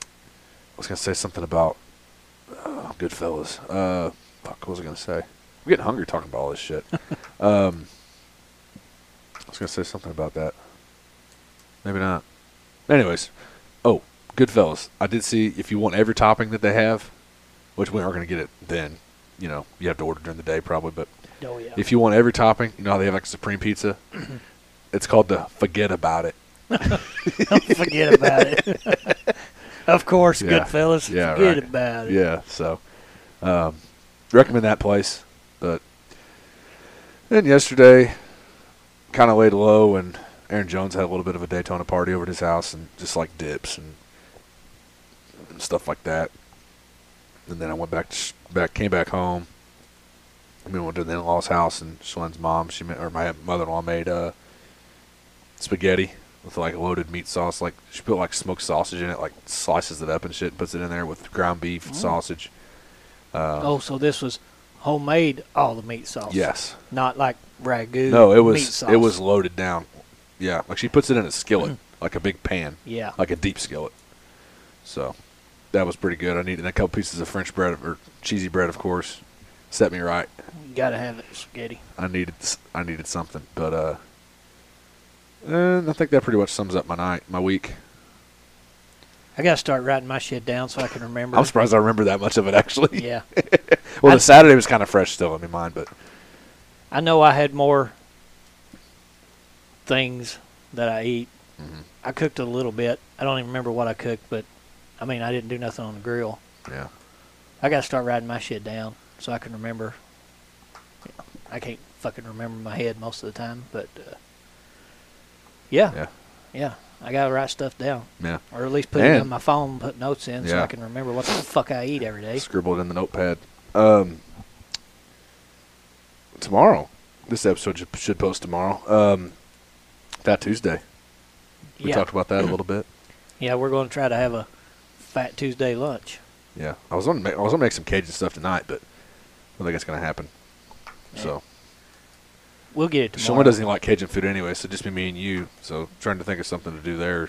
Speaker 2: I was gonna say something about uh, Goodfellas. Uh, fuck, what was I gonna say? I'm getting hungry talking about all this shit. um, I was gonna say something about that. Maybe not. Anyways, oh, Goodfellas. I did see if you want every topping that they have, which we aren't gonna get it then. You know, you have to order during the day probably, but
Speaker 1: oh, yeah.
Speaker 2: if you want every topping, you know how they have like supreme pizza. it's called the forget about it.
Speaker 1: Forget about it. of course,
Speaker 2: Yeah.
Speaker 1: good fellas.
Speaker 2: Yeah,
Speaker 1: Forget
Speaker 2: right.
Speaker 1: about it.
Speaker 2: Yeah, so um, recommend that place. But then yesterday, kind of laid low, and Aaron Jones had a little bit of a Daytona party over at his house, and just like dips and, and stuff like that. And then I went back to sh- back, came back home. We went to the in-laws' house, and Shlen's mom, she ma- or my mother-in-law made uh, spaghetti with like loaded meat sauce. Like she put like smoked sausage in it, like slices it up and shit, and puts it in there with ground beef and
Speaker 1: Mm.
Speaker 2: sausage.
Speaker 1: Oh, so this was homemade all the meat sauce.
Speaker 2: Yes.
Speaker 1: Not like ragu.
Speaker 2: No, it
Speaker 1: meat
Speaker 2: was
Speaker 1: sauce. Mm.
Speaker 2: it was loaded down. Yeah, like she puts it in a skillet, like a big pan,
Speaker 1: Yeah.
Speaker 2: like a deep skillet. So that was pretty good. I needed a couple pieces of French bread or cheesy bread, of course. Set me right.
Speaker 1: You gotta have it, spaghetti.
Speaker 2: I needed s- I needed something, but uh, and I think that pretty much sums up my night, my week.
Speaker 1: I gotta start writing my shit down so I can remember.
Speaker 2: I'm surprised I remember that much of it actually.
Speaker 1: yeah,
Speaker 2: well,
Speaker 1: I-
Speaker 2: the Saturday was kind of fresh still in my mind, but
Speaker 1: I know I had more things that I eat.
Speaker 2: Mhm.
Speaker 1: I cooked a little bit. I don't even remember what I cooked, but I mean, I didn't do nothing on the grill.
Speaker 2: yeah,
Speaker 1: I gotta start writing my shit down so I can remember. I can't fucking remember my head most of the time, but uh, yeah, yeah,
Speaker 2: yeah,
Speaker 1: I gotta write stuff down,
Speaker 2: yeah.
Speaker 1: or at least put it
Speaker 2: And-
Speaker 1: on my phone, put notes in, so
Speaker 2: Yeah.
Speaker 1: I can remember what the fuck I eat every day.
Speaker 2: Scribbled in the notepad. Um, tomorrow, this episode should, should post tomorrow. Um, Fat Tuesday. We
Speaker 1: yeah,
Speaker 2: talked about that a little bit.
Speaker 1: yeah, we're gonna try to have a Fat Tuesday lunch.
Speaker 2: Yeah, I was on. I was gonna make some Cajun stuff tonight, but I don't think it's gonna happen. So
Speaker 1: We'll get it tomorrow.
Speaker 2: Shoma doesn't even like Cajun food anyway, so just be me and you. So trying to think of something to do there.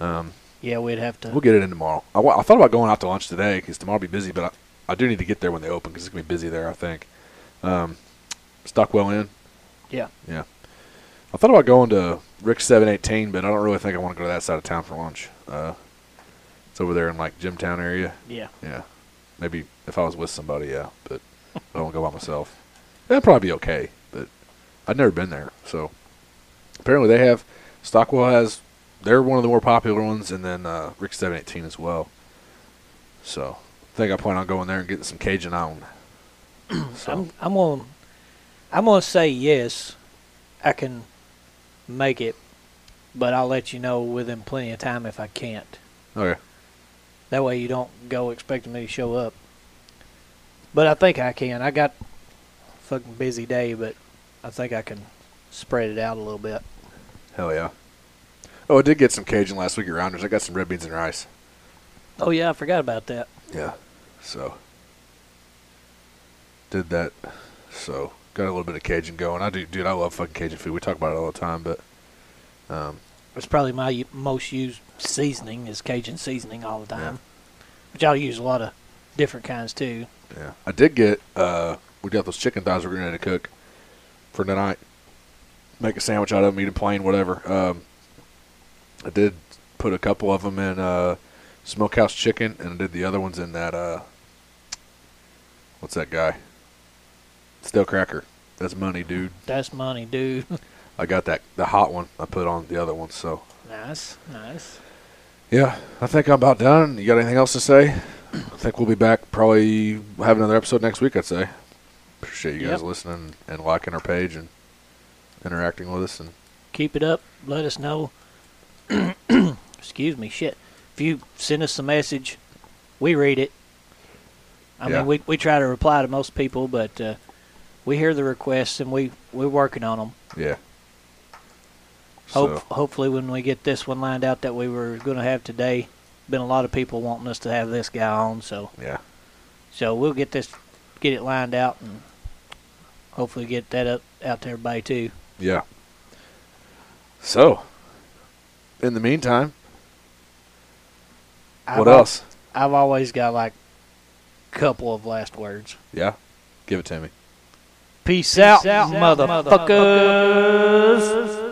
Speaker 2: Um,
Speaker 1: Yeah, we'd have to.
Speaker 2: we'll get it in tomorrow. I, wa- I thought about going out to lunch today because tomorrow will be busy, but I, I do need to get there when they open because it's gonna be busy there. I think. Um, Stockwell Inn.
Speaker 1: yeah,
Speaker 2: Yeah. I thought about going to Rick Seven Eighteen, but I don't really think I want to go to that side of town for lunch. Uh, it's over there in like Jimtown area.
Speaker 1: yeah.
Speaker 2: Yeah. Maybe if I was with somebody, yeah. But I don't go by myself. That'd probably be okay. But I've never been there, so apparently they have Stockwell has they're one of the more popular ones, and then uh, Rick Seven Eighteen as well. So I think I plan on going there and getting some Cajun on. So,
Speaker 1: I'm I'm gonna I'm gonna say yes. I can make it, but I'll let you know within plenty of time if I can't.
Speaker 2: okay.
Speaker 1: That way you don't go expecting me to show up. But I think I can. I got a fucking busy day, but I think I can spread it out a little bit.
Speaker 2: Hell yeah. Oh, I did get some Cajun last week at Rounders. I got some red beans and rice.
Speaker 1: Oh yeah, I forgot about that.
Speaker 2: Yeah. So did that. So got a little bit of Cajun going. I do, dude. I love fucking Cajun food. We talk about it all the time, but um,
Speaker 1: It's probably my u- most used seasoning is Cajun seasoning all the
Speaker 2: Yeah.
Speaker 1: time, which I'll use a lot of different kinds too.
Speaker 2: yeah, I did get. Uh, we got those chicken thighs we're gonna to cook for tonight. Make a sandwich out of them, eat them plain, whatever. Um, I did put a couple of them in uh, smokehouse chicken, and I did the other ones in that. Uh, what's that guy? Stale cracker. That's money, dude.
Speaker 1: That's money, dude.
Speaker 2: I got that the hot one I put on the other one. So
Speaker 1: nice, nice.
Speaker 2: yeah, I think I'm about done. You got anything else to say? I think we'll be back. Probably we'll have another episode next week. I'd say. Appreciate you guys
Speaker 1: Yep.
Speaker 2: listening and liking our page and interacting with us. And
Speaker 1: Keep it up. Let us know. Excuse me, shit. If you send us a message, we read it. I
Speaker 2: Yeah.
Speaker 1: mean, we we try to reply to most people, but uh, we hear the requests and we we're working on them.
Speaker 2: yeah.
Speaker 1: Hope,
Speaker 2: So,
Speaker 1: Hopefully, when we get this one lined out that we were going to have today, been a lot of people wanting us to have this guy on, so
Speaker 2: yeah.
Speaker 1: so we'll get this get it lined out and hopefully get that up out to everybody too.
Speaker 2: Yeah. So, in the meantime,
Speaker 1: I've
Speaker 2: what
Speaker 1: al-
Speaker 2: else?
Speaker 1: I've always got like a couple of last words.
Speaker 2: Yeah. Give it to me.
Speaker 1: Peace, out, motherfuckers.